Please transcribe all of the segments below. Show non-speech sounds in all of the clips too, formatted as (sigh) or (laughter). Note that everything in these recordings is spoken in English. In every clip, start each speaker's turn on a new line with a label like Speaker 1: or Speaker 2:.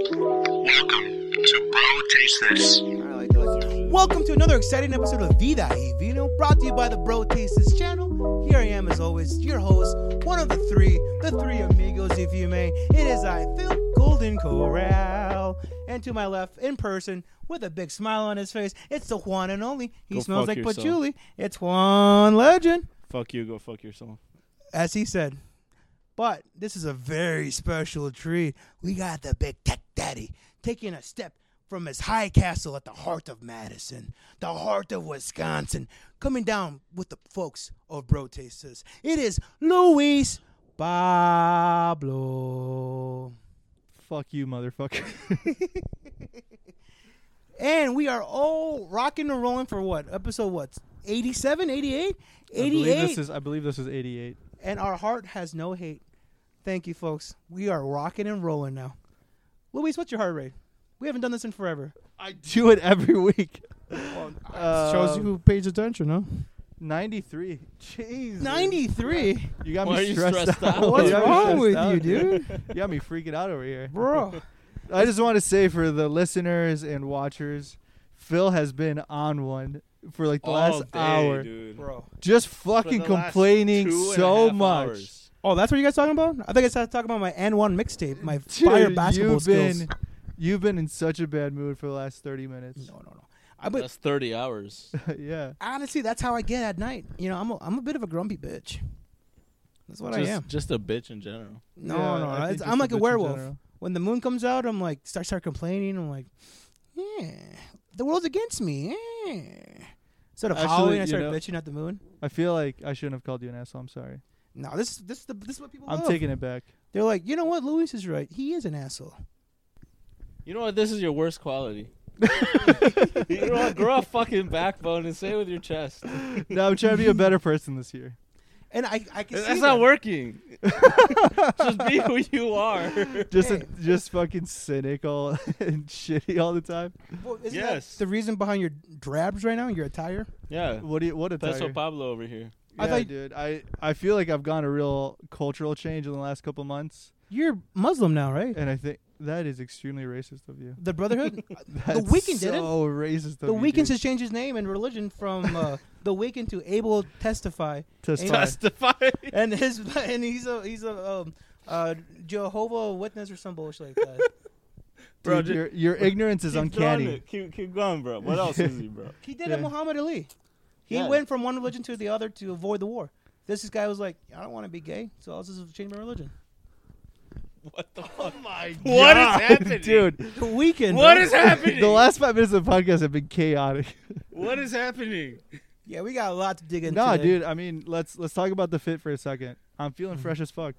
Speaker 1: Welcome to Bro Taste This.
Speaker 2: Welcome to another exciting episode of Vida y Vino, brought to you by the Bro Tastes channel. Here I am, as always, your host, one of the three, the three amigos, if you may. It is I, Phil Golden Corral. And to my left, in person, with a big smile on his face, it's the one and only. He
Speaker 3: Go
Speaker 2: smells
Speaker 3: fuck
Speaker 2: like
Speaker 3: yourself.
Speaker 2: patchouli. It's Juan Legend,
Speaker 3: Fuck you, go fuck yourself.
Speaker 2: as he said. But this is a very special treat. We got the big tech daddy taking a step from his high castle at the heart of Madison, the heart of Wisconsin, coming down with the folks of Bro Tasters. It is Luis Pablo.
Speaker 3: Fuck you, motherfucker. (laughs)
Speaker 2: And we are all rocking and rolling for what? Episode what? 87, 88?
Speaker 3: I
Speaker 2: 88.
Speaker 3: believe this is I believe this is 88.
Speaker 2: and our heart has no hate. Thank you, folks. We are rocking and rolling now. Luis, what's your heart rate? We haven't done this in forever.
Speaker 3: I (laughs) do it every week.
Speaker 4: Shows you
Speaker 3: Um,
Speaker 4: who pays attention, huh?
Speaker 3: 93. Jeez.
Speaker 2: 93.
Speaker 3: You got
Speaker 5: Why are
Speaker 3: me
Speaker 5: you
Speaker 3: stressed, (laughs)
Speaker 5: stressed
Speaker 3: out.
Speaker 5: out?
Speaker 3: You
Speaker 4: What's
Speaker 3: got me
Speaker 4: wrong
Speaker 3: stressed
Speaker 4: with
Speaker 3: out,
Speaker 2: (laughs)
Speaker 4: you, dude?
Speaker 3: you got me freaking out over here.
Speaker 4: Bro,
Speaker 3: I just want to say for the listeners and watchers, Phil has been on one for like the
Speaker 5: All
Speaker 3: last
Speaker 5: day,
Speaker 3: hour.
Speaker 5: dude.
Speaker 2: Bro.
Speaker 3: Just
Speaker 5: For
Speaker 3: fucking
Speaker 5: the last
Speaker 3: complaining
Speaker 5: two and a
Speaker 3: so
Speaker 5: half
Speaker 3: much.
Speaker 5: hours.
Speaker 2: Oh, that's what you guys talking about? I think I started talking about my N1 mixtape, my
Speaker 3: Dude,
Speaker 2: fire basketball
Speaker 3: you've
Speaker 2: skills.
Speaker 3: Been, you've been in such a bad mood for the last 30 minutes.
Speaker 2: No, no, no. I, but
Speaker 5: That's 30
Speaker 3: (laughs)
Speaker 5: hours.
Speaker 3: yeah.
Speaker 2: honestly, that's how I get at night. You know, I'm a, I'm a bit of a grumpy bitch. That's what
Speaker 5: just,
Speaker 2: I am.
Speaker 5: just a bitch in general.
Speaker 2: No,
Speaker 3: Yeah,
Speaker 2: no,
Speaker 3: I
Speaker 2: no.
Speaker 3: think
Speaker 2: It's,
Speaker 3: just
Speaker 2: I'm like
Speaker 3: bitch
Speaker 2: a
Speaker 3: in
Speaker 2: werewolf.
Speaker 3: general.
Speaker 2: When the moon comes out, I'm like start start complaining. I'm like, yeah, the world's against me. Yeah. Instead of
Speaker 3: Actually,
Speaker 2: howling, I
Speaker 3: you
Speaker 2: start
Speaker 3: know-
Speaker 2: bitching at the moon.
Speaker 3: I feel like I shouldn't have called you an asshole. I'm sorry.
Speaker 2: No, this this is the this is what people.
Speaker 3: I'm
Speaker 2: love.
Speaker 3: taking it back.
Speaker 2: They're like, you know what? Luis is right. He is an asshole.
Speaker 5: You know what? This is your worst
Speaker 3: (laughs)
Speaker 5: quality. you know what? Grow a fucking backbone and say it with your chest.
Speaker 3: No, I'm trying to be a better person
Speaker 2: (laughs)
Speaker 3: this year.
Speaker 2: And I I can
Speaker 5: That's
Speaker 2: see
Speaker 5: not
Speaker 2: that.
Speaker 5: working.
Speaker 3: (laughs)
Speaker 5: just be who you are.
Speaker 3: Just
Speaker 2: Hey.
Speaker 3: a, just fucking cynical (laughs) and shitty all the time.
Speaker 2: Well, isn't that
Speaker 5: Yes.
Speaker 2: the reason behind your drabs right now, your attire.
Speaker 5: Yeah.
Speaker 3: (laughs) What do you? What a
Speaker 5: That's
Speaker 3: tire.
Speaker 5: what Pablo over here.
Speaker 3: yeah,
Speaker 2: I thought-
Speaker 3: dude. I I feel like I've gone a real cultural change in the last couple months,
Speaker 2: You're Muslim now, right?
Speaker 3: and I think that is extremely racist of you.
Speaker 2: The
Speaker 3: (laughs)
Speaker 2: Brotherhood.
Speaker 3: That's
Speaker 2: Weeknd
Speaker 3: so
Speaker 2: did it.
Speaker 3: racist. Of
Speaker 2: the
Speaker 3: you,
Speaker 2: Weeknd
Speaker 3: dude.
Speaker 2: has changed his name and religion from uh, the Weeknd to Abel Testify.
Speaker 3: testify.
Speaker 5: Testify.
Speaker 2: and his (laughs) and he's a he's a um, uh, Jehovah Witness or some bullshit like that.
Speaker 5: Bro,
Speaker 3: Dude,
Speaker 5: ju-
Speaker 3: your,
Speaker 5: (laughs)
Speaker 3: your ignorance is
Speaker 5: Keep throwing
Speaker 3: uncanny.
Speaker 5: it. Keep, keep going, bro. What else is he, bro?
Speaker 2: he did
Speaker 3: Yeah.
Speaker 2: it, Muhammad Ali. He
Speaker 5: Yeah.
Speaker 2: went from one religion to the other to avoid the war. This guy was like, I don't want to be gay, so I'll just change my religion.
Speaker 5: (laughs) (laughs) What the fuck? my
Speaker 3: What (laughs) is dude?
Speaker 2: The weekend.
Speaker 5: What is happening?
Speaker 3: The last five minutes of the podcast have been chaotic.
Speaker 5: What is happening?
Speaker 2: Yeah, we got a lot to dig into.
Speaker 3: nah,
Speaker 2: today. Mm-hmm.
Speaker 3: dude. I mean, let's let's talk about the fit for a second. I'm feeling fresh as fuck.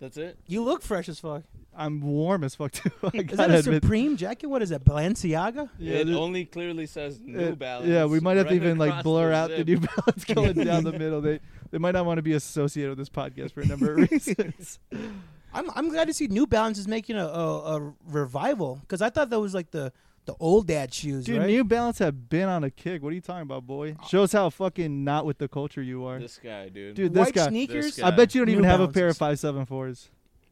Speaker 5: That's it?
Speaker 2: You look fresh as
Speaker 3: (laughs)
Speaker 2: fuck.
Speaker 3: I'm warm as fuck (laughs) too. I
Speaker 2: Is that
Speaker 3: gotta
Speaker 2: a
Speaker 3: admit.
Speaker 2: Supreme jacket? What is that, Balenciaga?
Speaker 3: Yeah,
Speaker 5: it
Speaker 3: there-
Speaker 5: only clearly says New
Speaker 3: it-
Speaker 5: Balance.
Speaker 3: Yeah, we might have to
Speaker 5: right
Speaker 3: even like
Speaker 5: across
Speaker 3: blur out the
Speaker 5: zip.
Speaker 3: new (laughs) balance going
Speaker 5: (laughs)
Speaker 3: down the middle. They they might not want to be associated with this podcast for a
Speaker 2: (laughs)
Speaker 3: number of reasons.
Speaker 2: I'm I'm glad to see New Balance is making a a, a revival because I thought that was like the the old dad shoes,
Speaker 3: Dude,
Speaker 2: right?
Speaker 3: New Balance have been on a kick. What are you talking about, boy? Shows how fucking not with the culture you are.
Speaker 5: This guy, dude.
Speaker 3: Dude, this
Speaker 2: White
Speaker 3: guy.
Speaker 2: sneakers.
Speaker 5: This guy.
Speaker 3: I bet you don't
Speaker 2: New
Speaker 3: even have a pair of
Speaker 2: Balances.
Speaker 3: five seven fours.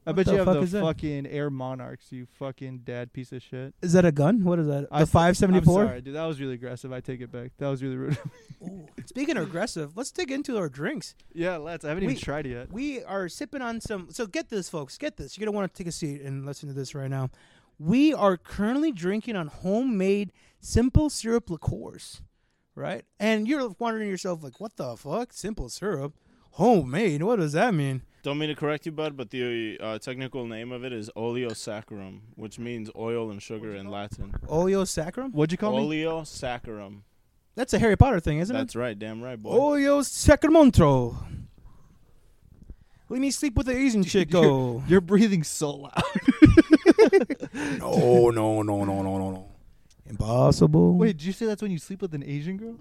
Speaker 3: I
Speaker 2: What
Speaker 3: bet
Speaker 2: the
Speaker 3: you have
Speaker 2: fuck
Speaker 3: the
Speaker 2: is that?
Speaker 3: fucking Air Monarchs, you fucking dad piece of shit.
Speaker 2: Is that a gun? What is that?
Speaker 3: I
Speaker 2: The
Speaker 3: th-
Speaker 2: five seventy
Speaker 3: I'm
Speaker 2: four.
Speaker 3: sorry, dude. That was really aggressive. I take it back. That was really rude.
Speaker 2: Speaking of aggressive, let's dig into our drinks.
Speaker 3: yeah, let's. I haven't
Speaker 2: We-
Speaker 3: even tried it yet.
Speaker 2: We are sipping on some. So get this, folks. Get this. You're gonna want to take a seat and listen to this right now. We are currently drinking on homemade simple syrup liqueurs, right? And you're wondering yourself, like, what the fuck? Simple syrup, homemade. What does that mean?
Speaker 5: Don't mean to correct you, bud, but the uh, technical name of it is oleosaccharum, which means oil and sugar in Latin.
Speaker 2: Oleo sacrum.
Speaker 3: What'd you call me?
Speaker 5: Oleosaccharum.
Speaker 2: That's a Harry Potter thing, isn't it?
Speaker 5: That's right, damn right, boy.
Speaker 3: Oh,
Speaker 5: (laughs)
Speaker 2: Oleo sacramentro. Let me sleep with the (laughs) Asian chico.
Speaker 3: (laughs) You're breathing so loud.
Speaker 2: No, no, no, no, no, no, no. Impossible.
Speaker 3: Wait, did you say that's when you sleep with an Asian girl?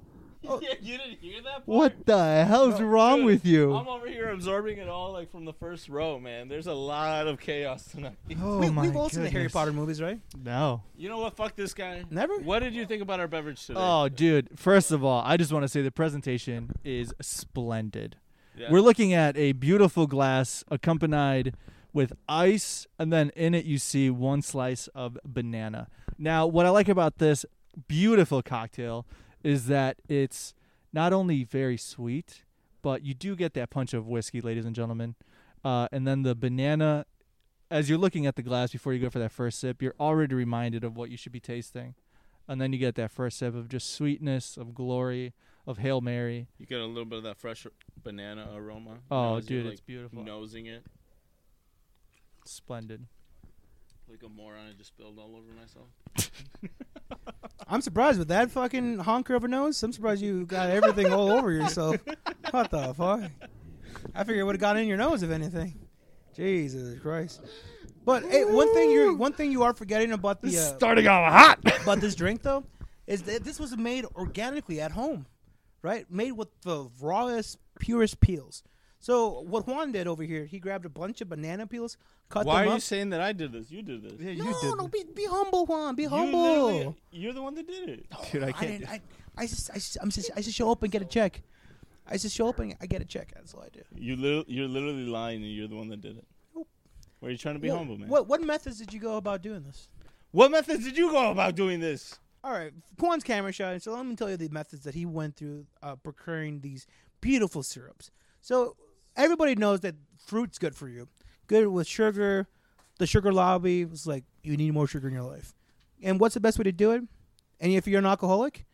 Speaker 5: you didn't hear that?
Speaker 3: oh. What the hell's wrong with you?
Speaker 5: I'm over here absorbing it all like from the first row, man. There's a lot of chaos tonight. (laughs)
Speaker 3: oh
Speaker 2: we,
Speaker 3: my
Speaker 2: we've all seen the Harry
Speaker 3: goodness.
Speaker 2: Potter movies, right?
Speaker 3: No.
Speaker 5: You know what? Fuck this guy.
Speaker 2: Never?
Speaker 5: What did you think about our beverage today?
Speaker 3: Oh, dude. First of all, I just want to say the presentation is splendid.
Speaker 5: Yeah.
Speaker 3: We're looking at a beautiful glass accompanied with ice, and then in it you see one slice of banana. Now, what I like about this beautiful cocktail is that it's not only very sweet, but you do get that punch of whiskey, ladies and gentlemen. Uh, and then the banana, as you're looking at the glass before you go for that first sip, you're already reminded of what you should be tasting. And then you get that first sip of just sweetness, of glory, of Hail Mary.
Speaker 5: You get a little bit of that fresh banana aroma. you know,
Speaker 3: Oh,
Speaker 5: as you're,
Speaker 3: dude,
Speaker 5: like,
Speaker 3: it's beautiful.
Speaker 5: Nosing it
Speaker 3: Splendid.
Speaker 5: like a moron, I just spilled all over myself.
Speaker 2: I'm surprised with that fucking honker of a nose. I'm surprised you got everything all over
Speaker 3: (laughs)
Speaker 2: yourself. What the fuck? I figured it would have gotten in your nose if anything. Jesus Christ. But hey, one thing you are one thing you are forgetting about the uh,
Speaker 3: starting off hot. (laughs)
Speaker 2: about this drink though is that this was made organically at home, right? Made with the rawest, purest peels. So what Juan did over here, he grabbed a bunch of banana peels, cut
Speaker 5: Why are
Speaker 2: them
Speaker 5: you
Speaker 2: up.
Speaker 5: saying that I did this? You did this.
Speaker 3: Yeah,
Speaker 2: no,
Speaker 3: you did.
Speaker 2: no, be, be humble, Juan. Be
Speaker 5: You
Speaker 2: humble.
Speaker 5: literally- You're the one that did it.
Speaker 3: Dude, I
Speaker 2: I
Speaker 3: can't.
Speaker 2: didn't. I, I just, I just, I'm just, I just show up and get a check. I just show up and I get a check. That's all I do.
Speaker 5: You li- you're literally lying, and you're the one that did it.
Speaker 2: Nope.
Speaker 5: Why are you trying to be
Speaker 2: what,
Speaker 5: humble, man?
Speaker 2: What, what methods did you go about doing this?
Speaker 5: What methods did you go about doing this?
Speaker 2: All right, Kwan's camera shy, so let me tell you the methods that he went through uh, procuring these beautiful syrups. So everybody knows that fruit's good for you, good with sugar. The sugar lobby was like, you need more sugar in your life. And what's the best way to do it? And if you're an alcoholic,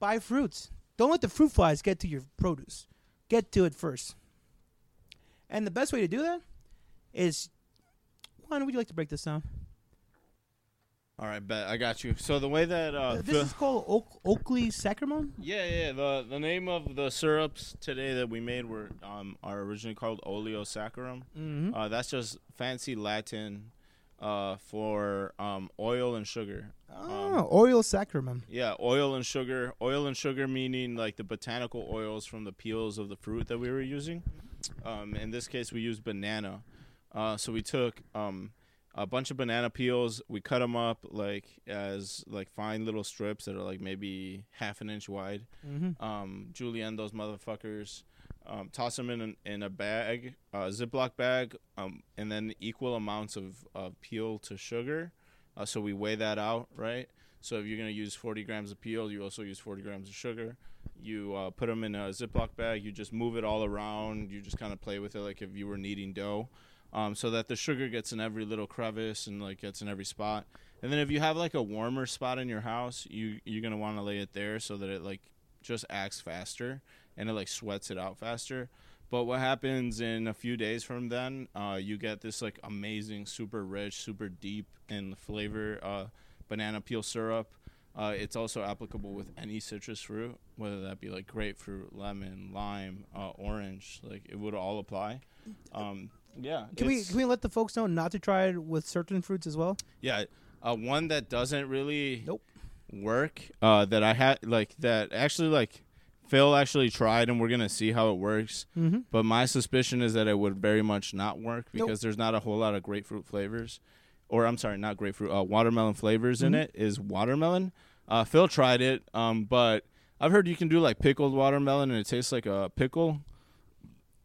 Speaker 2: buy fruits. Don't let the fruit flies get to your produce. Get to it first. And the best way to do that is, Juan, would you like to break this down?
Speaker 5: All right, bet I got you. So the way that uh,
Speaker 2: this is
Speaker 5: the-
Speaker 2: called Oak- Oakley Sacramon.
Speaker 5: yeah, yeah, the the name of the syrups today that we made were um are originally called oleosaccharum.
Speaker 2: Mm-hmm.
Speaker 5: Uh, that's just fancy Latin, uh, for um oil and sugar.
Speaker 2: Oh, Oriole sacrament.
Speaker 5: Yeah, oil and sugar. Oil and sugar meaning like the botanical oils from the peels of the fruit that we were using. Um, in this case, we used banana. Uh, so we took um, a bunch of banana peels. We cut them up like as like fine little strips that are like maybe half an inch wide. Um, julienne those motherfuckers. Um, toss them in an, in a bag, a Ziploc bag, um, and then equal amounts of, of peel to sugar. Uh, so we weigh that out, right? So if you're gonna use 40 grams of peel, you also use 40 grams of sugar. You uh, put them in a Ziploc bag. You just move it all around. You just kind of play with it, like if you were kneading dough, um, so that the sugar gets in every little crevice and like gets in every spot. And then if you have like a warmer spot in your house, you you're gonna want to lay it there so that it like just acts faster and it like sweats it out faster. But what happens in a few days from then, uh, you get this like amazing, super rich, super deep in flavor uh, banana peel syrup. Uh, it's also applicable with any citrus fruit, whether that be like grapefruit, lemon, lime, uh, orange. Like it would all apply. Um, yeah.
Speaker 2: Mm. Can we
Speaker 5: it's-
Speaker 2: can we let the folks know not to try it with certain fruits as well?
Speaker 5: yeah, uh, one that doesn't really
Speaker 2: Nope.
Speaker 5: work. Uh, that I had like that actually like Phil actually tried, and we're gonna see how it works.
Speaker 2: Mm-hmm.
Speaker 5: But my suspicion is that it would very much not work
Speaker 2: Nope.
Speaker 5: because there's not a whole lot of grapefruit flavors, or I'm sorry, not grapefruit, uh, watermelon flavors
Speaker 3: Mm-hmm.
Speaker 5: in it. Is watermelon? Uh, Phil tried it, um, but I've heard you can do like pickled watermelon and it tastes like a pickle.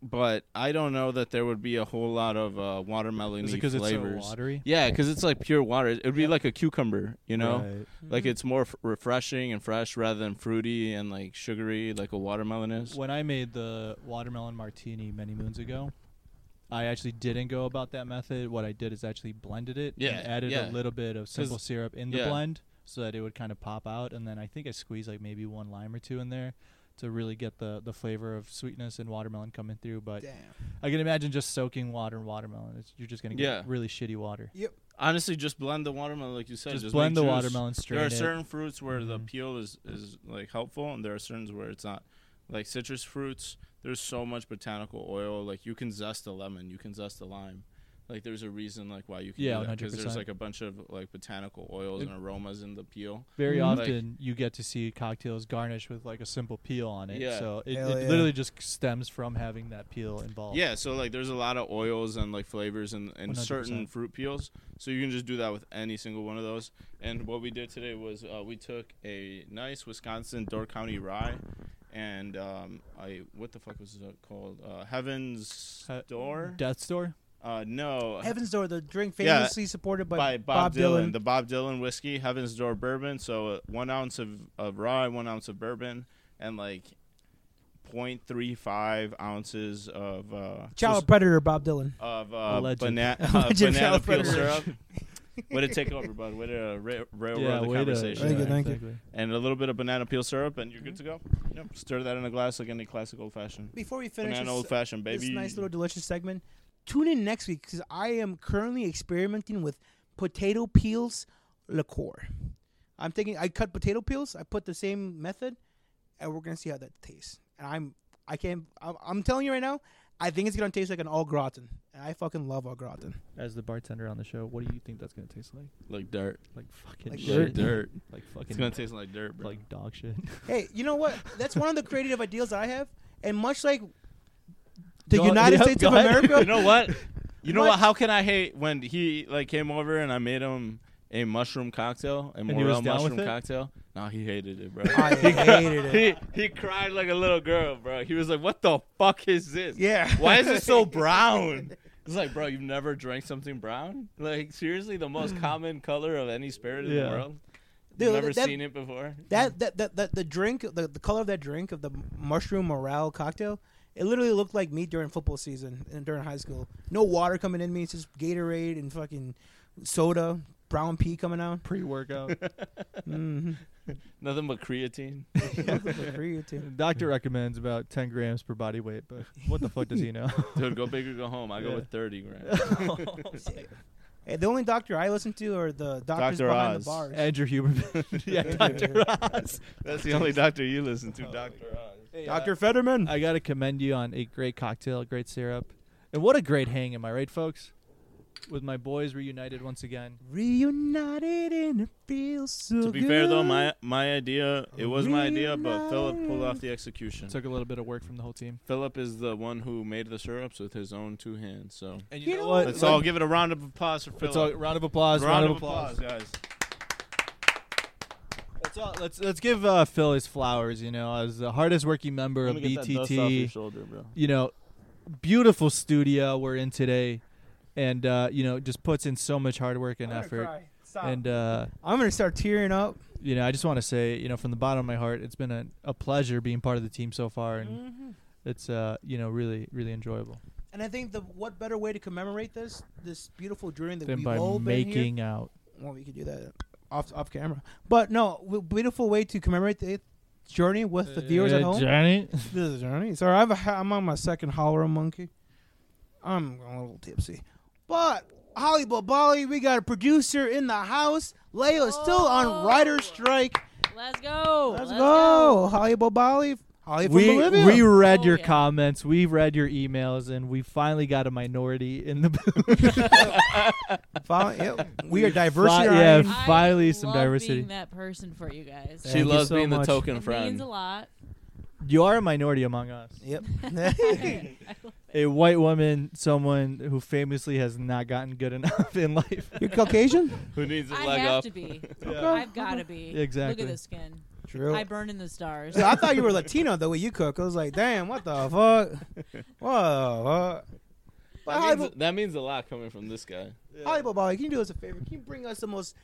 Speaker 5: But I don't know that there would be a whole lot of uh, watermelon
Speaker 3: Is it because
Speaker 5: flavors.
Speaker 3: it's so watery?
Speaker 5: Yeah, because it's like pure water. It would be like a cucumber, you know?
Speaker 3: Right. Mm-hmm.
Speaker 5: Like it's more f- refreshing and fresh rather than fruity and like sugary, like a watermelon is.
Speaker 3: When I made the watermelon martini many moons ago, I actually didn't go about that method. What I did is actually blended it
Speaker 5: Yeah,
Speaker 3: and added
Speaker 5: yeah.
Speaker 3: a little bit of simple
Speaker 5: 'Cause-
Speaker 3: syrup in the
Speaker 5: yeah.
Speaker 3: blend so that it would kind of pop out. And then I think I squeezed like maybe one lime or two in there to really get the, the flavor of sweetness and watermelon coming through. But
Speaker 2: Damn.
Speaker 3: I can imagine just soaking water in watermelon. It's, you're just going to get
Speaker 5: Yeah.
Speaker 3: really shitty water.
Speaker 5: Honestly, just blend the watermelon, like you said.
Speaker 3: Just,
Speaker 5: Just,
Speaker 3: blend the
Speaker 5: make juice.
Speaker 3: watermelon, strain
Speaker 5: There are
Speaker 3: it.
Speaker 5: certain fruits where the
Speaker 3: Mhm.
Speaker 5: peel is, is like helpful, and there are certain where it's not. Like citrus fruits, there's so much botanical oil. Like you can zest a lemon, you can zest a lime. Like there's a reason like why you can
Speaker 3: Yeah,
Speaker 5: do that because there's
Speaker 3: 100%.
Speaker 5: like a bunch of like botanical oils
Speaker 3: It-
Speaker 5: and aromas in the peel.
Speaker 3: Very
Speaker 5: Mhm. Like-
Speaker 3: often, you get to see cocktails garnished with like a simple peel on it.
Speaker 5: Yeah.
Speaker 3: So it, it
Speaker 2: Hell yeah.
Speaker 3: literally just stems from having that peel involved.
Speaker 5: Yeah, so like there's a lot of oils and like flavors and, and
Speaker 3: 100%.
Speaker 5: certain fruit peels. So you can just do that with any single one of those. And what we did today was uh, we took a nice Wisconsin Door County rye and um, I what the fuck was it called? Uh, Heaven's
Speaker 3: He-
Speaker 5: Door?
Speaker 3: Death Store.
Speaker 5: Uh, no.
Speaker 2: Heaven's Door, the drink
Speaker 5: Yeah,
Speaker 2: famously supported by,
Speaker 5: by Bob, Dylan. the Bob Dylan whiskey, Heaven's Door bourbon. So uh, one ounce of, of rye, one ounce of bourbon, and like 0.35 ounces of uh,
Speaker 2: Child
Speaker 5: just-
Speaker 2: Predator, Bob Dylan.
Speaker 5: of uh,
Speaker 3: Legend.
Speaker 5: (laughs) bana- uh,
Speaker 2: Legend
Speaker 5: banana
Speaker 2: child
Speaker 5: peel
Speaker 2: predator.
Speaker 5: syrup. (laughs) Way to take over, bud. Way to uh, ra- railroad
Speaker 3: yeah,
Speaker 5: the
Speaker 3: way to-
Speaker 5: conversation.
Speaker 4: Thank you,
Speaker 3: yeah,
Speaker 4: thank you.
Speaker 3: exactly.
Speaker 5: And a little bit of banana peel syrup, and you're good to go. Yep. Stir that in a glass like any classic old fashioned.
Speaker 2: Before we finish
Speaker 5: Banana
Speaker 2: this,
Speaker 5: old fashioned,
Speaker 2: this
Speaker 5: baby.
Speaker 2: nice little delicious segment, tune in next week because I am currently experimenting with potato peels liqueur. I'm thinking I cut potato peels, I put the same method, and we're gonna see how that tastes. And I'm I can't I'm, I'm telling you right now, I think it's gonna taste like an all gratin, and I fucking love all gratin.
Speaker 3: As the bartender on the show, what do you think that's gonna taste like?
Speaker 5: like dirt.
Speaker 3: Like fucking
Speaker 2: Like
Speaker 3: shit.
Speaker 5: Like dirt.
Speaker 3: (laughs) Like
Speaker 5: It's
Speaker 3: fucking
Speaker 5: gonna taste like dirt, bro.
Speaker 3: like dog (laughs) shit.
Speaker 2: Hey, you know what? That's one of the creative ideals that I have, and much like the
Speaker 3: Go-
Speaker 2: United
Speaker 3: yep,
Speaker 2: States
Speaker 3: go
Speaker 2: of
Speaker 3: ahead. (laughs)
Speaker 2: America,
Speaker 5: you know what? You know
Speaker 2: What?
Speaker 5: what? How can I hate when he like came over and I made him a mushroom cocktail, a
Speaker 3: he was
Speaker 5: morel
Speaker 3: down with
Speaker 5: mushroom
Speaker 3: it?
Speaker 5: cocktail? No, he hated it, bro.
Speaker 2: I
Speaker 5: (laughs) He cri-
Speaker 2: hated it.
Speaker 5: He he cried like a little girl, bro. He was like, "What the fuck is this?
Speaker 2: Yeah.
Speaker 5: why is it (laughs) so brown?" It's like, bro, you've never drank something brown? Like, seriously, the (clears throat) most common color of any spirit in
Speaker 3: Yeah.
Speaker 5: the world.
Speaker 2: Dude,
Speaker 5: You've never
Speaker 2: that-
Speaker 5: seen it before.
Speaker 2: That that that, that the drink, the, the color of that drink of the mushroom morale cocktail, it literally looked like me during football season and during high school. No water coming in me. It's just Gatorade and fucking soda, brown pea coming (laughs) out.
Speaker 3: Pre
Speaker 5: (laughs)
Speaker 3: workout.
Speaker 2: Mm-hmm.
Speaker 5: (laughs) Nothing but (laughs) creatine.
Speaker 2: (laughs)
Speaker 3: Doctor recommends about ten grams per body weight, but what the fuck does he know?
Speaker 5: Dude, go big or go home. I go
Speaker 3: Yeah.
Speaker 5: with thirty grams.
Speaker 2: hey, the only doctor I listen to are the doctors
Speaker 5: Dr.
Speaker 2: behind
Speaker 5: Oz.
Speaker 2: the bars.
Speaker 3: Andrew Huberman. (laughs) yeah, Doctor Oz.
Speaker 5: (laughs) That's the only doctor you listen to, Doctor Oz.
Speaker 2: Dr. Fetterman.
Speaker 3: I gotta commend you on a great cocktail, a great syrup, and what a great hang! Am I right, folks? With my boys reunited once again.
Speaker 2: Reunited and it feels so
Speaker 5: To be fair though,
Speaker 2: good.
Speaker 5: my my idea it was my idea, but Philip pulled off the execution.
Speaker 3: Took a little bit of work from the whole team.
Speaker 5: Philip is the one who made the syrups with his own two hands. So
Speaker 3: And
Speaker 2: You know what?
Speaker 5: let's all give it a round of applause for Philip.
Speaker 3: Let's all round of applause.
Speaker 5: round, of applause, guys.
Speaker 3: Let's all, let's let's give uh, Phil his flowers. You know, as the hardest working member of
Speaker 5: Let me get that dust off your
Speaker 3: BTT.
Speaker 5: shoulder, bro.
Speaker 3: You know, beautiful studio we're in today, and uh, you know just puts in so much hard work and
Speaker 2: I'm gonna
Speaker 3: effort.
Speaker 2: cry. Stop.
Speaker 3: And uh,
Speaker 2: I'm gonna start tearing up.
Speaker 3: you know, I just want to say, you know, from the bottom of my heart, it's been a, a pleasure being part of the team so far, and
Speaker 6: Mm-hmm.
Speaker 3: it's uh, you know, really, really enjoyable.
Speaker 2: And I think the what better way to commemorate this this beautiful journey that
Speaker 3: Then
Speaker 2: we've
Speaker 3: by
Speaker 2: all been here.
Speaker 3: making out,
Speaker 2: Well, we could do that off off camera, but no, w- beautiful way to commemorate the journey with the viewers at home.
Speaker 3: Uh, Johnny.
Speaker 2: this is a journey. Sorry, I've, I'm on my second holler monkey. I'm a little tipsy, but Holly Bobali, we got a producer in the house. Leo is still on writer strike.
Speaker 6: Let's go.
Speaker 2: Let's, go. Holly Bobali. Holly from
Speaker 3: We
Speaker 2: Bolivia.
Speaker 3: we read
Speaker 6: Oh,
Speaker 3: your
Speaker 6: yeah.
Speaker 3: comments, we read your emails, and we finally got a minority in the booth.
Speaker 6: (laughs)
Speaker 2: Follow- yeah, we are diversity.
Speaker 3: Fi- yeah,
Speaker 2: iron.
Speaker 6: I
Speaker 3: Finally some
Speaker 6: love
Speaker 3: diversity.
Speaker 6: Being that person for you guys.
Speaker 3: Thank
Speaker 5: She
Speaker 3: you
Speaker 5: loves
Speaker 3: so
Speaker 5: being
Speaker 3: much.
Speaker 5: the token
Speaker 6: It
Speaker 5: friend.
Speaker 6: means a (laughs) lot.
Speaker 3: you are a minority among us.
Speaker 2: Yep. (laughs)
Speaker 3: A white woman, someone who famously has not gotten good (laughs) enough in life.
Speaker 2: You're Caucasian?
Speaker 5: Who needs a
Speaker 6: I
Speaker 5: leg
Speaker 6: have
Speaker 5: up?
Speaker 6: to be.
Speaker 5: (laughs)
Speaker 3: Yeah.
Speaker 6: I've got to be.
Speaker 3: (laughs) Exactly.
Speaker 6: Look at the skin.
Speaker 2: True.
Speaker 6: I burn in the stars.
Speaker 2: I thought you were Latino the way you cook. I was like, damn, what the fuck?
Speaker 6: (laughs)
Speaker 2: What the fuck? But
Speaker 5: That
Speaker 2: Holly,
Speaker 5: means, that means a lot coming from this guy.
Speaker 2: Holly Bobali, can you do us a favor? Can you bring us the most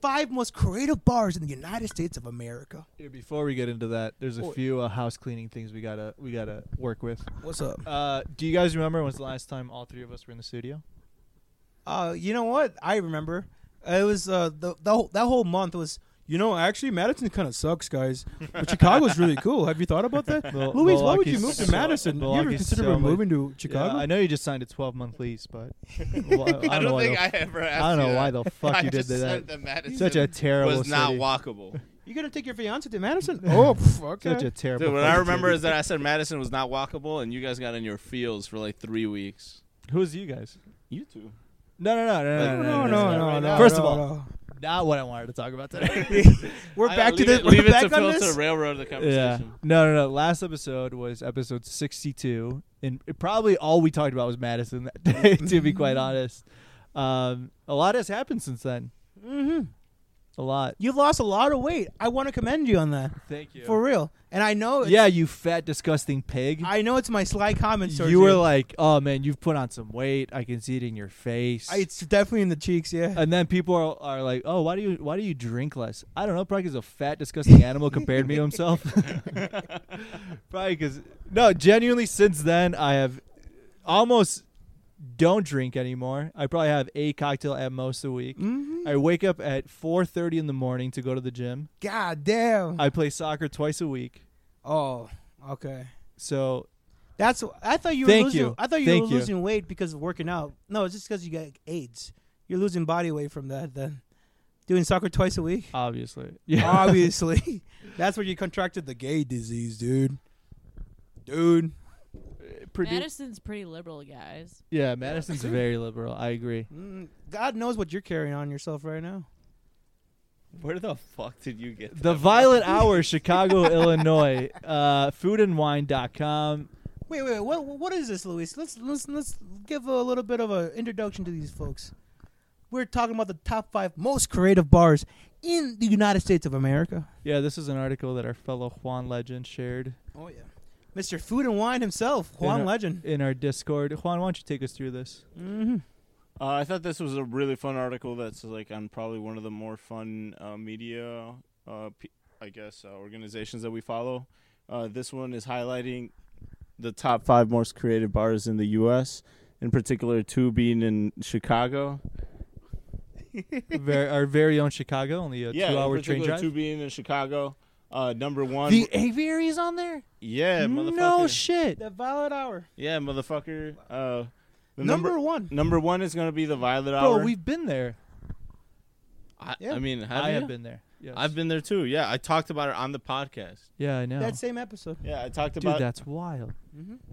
Speaker 2: five most creative bars in the United States of America?
Speaker 3: Here, before we get into that, there's a
Speaker 2: Oh.
Speaker 3: few uh, house cleaning things we gotta we gotta work with.
Speaker 2: What's up?
Speaker 3: Uh, do you guys remember when was the last time all three of us were in the studio?
Speaker 2: Uh, you know what? I remember. It was uh, the, the whole, that whole month was. You know, actually, Madison kind of sucks, guys. But Chicago's (laughs) really cool. Have you thought about that,
Speaker 3: Mil-
Speaker 2: Luis? Why would you
Speaker 3: Milwaukee's
Speaker 2: move to
Speaker 3: so-
Speaker 2: Madison? You ever
Speaker 3: Milwaukee's
Speaker 2: consider
Speaker 3: so much-
Speaker 2: moving to
Speaker 3: Yeah,
Speaker 2: Chicago?
Speaker 3: I know you just signed a 12 month lease, but (laughs) well, I, don't
Speaker 5: I
Speaker 3: know
Speaker 5: don't
Speaker 3: why
Speaker 5: think
Speaker 3: the,
Speaker 5: I ever asked.
Speaker 3: I don't know
Speaker 5: you
Speaker 3: why
Speaker 5: that.
Speaker 3: the
Speaker 5: (laughs)
Speaker 3: fuck
Speaker 5: I
Speaker 3: you did
Speaker 5: just said
Speaker 3: that.
Speaker 5: that Madison
Speaker 3: Such a terrible
Speaker 5: was not
Speaker 3: city.
Speaker 5: walkable.
Speaker 2: You're gonna take your fiance to (laughs) Madison? oh, pff, okay.
Speaker 3: Such a terrible.
Speaker 5: Dude, what I
Speaker 3: fucking
Speaker 5: remember
Speaker 3: city.
Speaker 5: is that I said Madison was not walkable, and you guys got in your fields for like three weeks.
Speaker 3: who is you guys?
Speaker 5: You
Speaker 3: (laughs)
Speaker 5: two.
Speaker 3: No, no, no, no, no,
Speaker 2: no,
Speaker 3: no,
Speaker 2: no,
Speaker 5: no,
Speaker 2: no,
Speaker 5: no,
Speaker 2: no.
Speaker 3: First of
Speaker 2: no,
Speaker 3: all,
Speaker 2: no.
Speaker 3: not what I wanted to talk about today.
Speaker 2: we're
Speaker 5: I-
Speaker 2: back to
Speaker 5: leave
Speaker 2: this.
Speaker 5: it-
Speaker 2: We're
Speaker 5: Leave it to
Speaker 2: back on
Speaker 5: Phil to
Speaker 2: this.
Speaker 5: railroad the
Speaker 3: Yeah.
Speaker 5: (laughs) conversation.
Speaker 3: No, no, no. Last episode was episode 62, and it- probably all we talked about was Madison that (laughs) day, to be quite honest. Um, a lot has happened since then.
Speaker 2: Mm-hmm.
Speaker 3: a lot.
Speaker 2: You've lost a lot of weight. I want to commend you on that.
Speaker 3: Thank you.
Speaker 2: For real. And I know it's,
Speaker 3: yeah, you fat disgusting pig.
Speaker 2: I know it's my sly (laughs) comments towards
Speaker 3: you were like, "Oh man, you've put on some weight. I can see it in your face."
Speaker 2: I- it's definitely in the cheeks, yeah.
Speaker 3: and then people are, are like, "Oh, why do you why do you drink less?" I don't know. Probably because a fat, disgusting animal compared me to himself. (laughs) probably because no, genuinely, since then I have almost don't drink anymore. I probably have a cocktail at most a week.
Speaker 2: Mhm.
Speaker 3: I wake up at four thirty in the morning to go to the gym.
Speaker 2: God damn.
Speaker 3: I play soccer twice a week.
Speaker 2: oh, okay.
Speaker 3: So
Speaker 2: That's I thought you
Speaker 3: Thank
Speaker 2: were losing
Speaker 3: you.
Speaker 2: I thought you
Speaker 3: Thank
Speaker 2: were
Speaker 3: you.
Speaker 2: losing weight because of working out. No, it's just because you got AIDS. You're losing body weight from that then. Doing soccer twice a week?
Speaker 3: obviously, (laughs) yeah,
Speaker 2: (laughs) Obviously. That's where you contracted the gay disease, dude. Dude.
Speaker 3: Produ-
Speaker 6: Madison's pretty liberal, guys.
Speaker 3: yeah. Madison's very liberal. I agree.
Speaker 2: Mm, God knows what you're carrying on yourself right now.
Speaker 5: Where the fuck did you get
Speaker 3: The Violet Hour, (laughs) Chicago, Illinois. Uh, foodandwine.com.
Speaker 2: Wait, wait, what what is this, Luis? Let's let's let's give a little bit of an introduction to these folks. We're talking about the top five most creative bars in the United States of America.
Speaker 3: Yeah, this is an article that our fellow Juan Legend shared
Speaker 2: Oh yeah, Mr. Food and Wine himself, Juan
Speaker 3: Yeah.
Speaker 2: Legend.
Speaker 3: in our Discord. Juan, why don't you take us through this?
Speaker 2: Mm-hmm.
Speaker 5: Uh, I thought this was a really fun article. That's like on probably one of the more fun uh, media, uh, pe- I guess, uh, organizations that we follow. Uh, this one is highlighting the top five most creative bars in the U.S. In particular, two being in Chicago.
Speaker 3: Ver- our very own Chicago, only a
Speaker 5: yeah, in
Speaker 3: two-hour train
Speaker 5: particular,
Speaker 3: drive.
Speaker 5: Two being in Chicago. Uh, number one.
Speaker 3: the aviary is on there.
Speaker 5: yeah, motherfucker.
Speaker 3: no shit.
Speaker 2: The Violet Hour,
Speaker 5: yeah, motherfucker. Uh, the
Speaker 2: number,
Speaker 5: number
Speaker 2: one.
Speaker 5: number one is gonna be the Violet Hour.
Speaker 3: Bro, we've been there.
Speaker 5: I,
Speaker 2: yeah.
Speaker 5: I mean, have
Speaker 3: I
Speaker 5: you?
Speaker 3: have been there. Yes.
Speaker 5: I've been there too. Yeah, I talked about it on the podcast.
Speaker 3: Yeah, I know.
Speaker 2: That same episode.
Speaker 5: Yeah, I talked
Speaker 3: Dude,
Speaker 5: about
Speaker 3: that's wild.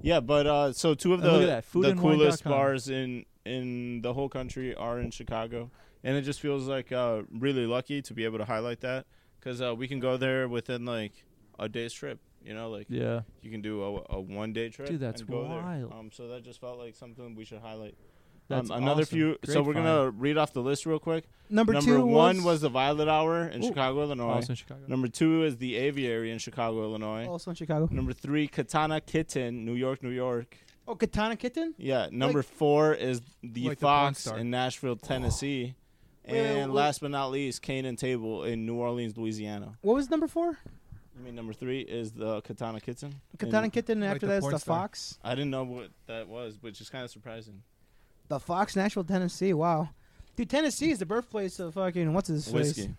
Speaker 5: Yeah, but uh, so two of
Speaker 3: And look
Speaker 5: the
Speaker 3: at that,
Speaker 5: the
Speaker 3: foodandwine.com.
Speaker 5: coolest bars in in the whole country are in Chicago, and it just feels like uh, really lucky to be able to highlight that because uh, we can go there within like a day's trip. You know, like
Speaker 3: Yeah.
Speaker 5: you can do a, a one day trip.
Speaker 3: Dude, that's
Speaker 5: and go there.
Speaker 3: wild.
Speaker 5: Um, so that just felt like something we should highlight.
Speaker 3: That's
Speaker 5: um, another
Speaker 3: awesome.
Speaker 5: few. so
Speaker 3: Great
Speaker 5: we're gonna read off the list real quick.
Speaker 2: Number,
Speaker 5: Number
Speaker 2: two
Speaker 5: one was, the Violet Hour in
Speaker 2: Ooh.
Speaker 5: Chicago,
Speaker 3: find.
Speaker 5: Illinois.
Speaker 3: Also in Chicago.
Speaker 5: Number two is the Aviary in Chicago, Illinois.
Speaker 2: also in Chicago.
Speaker 5: Number three, Katana Kitten, New York, New York.
Speaker 2: Oh, Katana Kitten.
Speaker 5: Yeah, number four is the
Speaker 3: Like the porn
Speaker 5: Fox
Speaker 3: star.
Speaker 5: in Nashville, Tennessee,
Speaker 2: Oh. wait,
Speaker 5: and
Speaker 2: wait.
Speaker 5: last but not least, Cane and Table in New Orleans, Louisiana.
Speaker 2: What was number four?
Speaker 5: I mean, number three is the Katana Kitten.
Speaker 2: Katana
Speaker 5: and
Speaker 2: Kitten. And
Speaker 3: Like
Speaker 2: after
Speaker 3: the
Speaker 2: that, it's
Speaker 3: porn
Speaker 2: the
Speaker 3: star.
Speaker 2: Fox.
Speaker 5: I didn't know what that was, which is kind of surprising.
Speaker 2: The Fox, Nashville, Tennessee. Wow, dude, Tennessee is the birthplace of fucking what's his Face?
Speaker 5: Whiskey. Or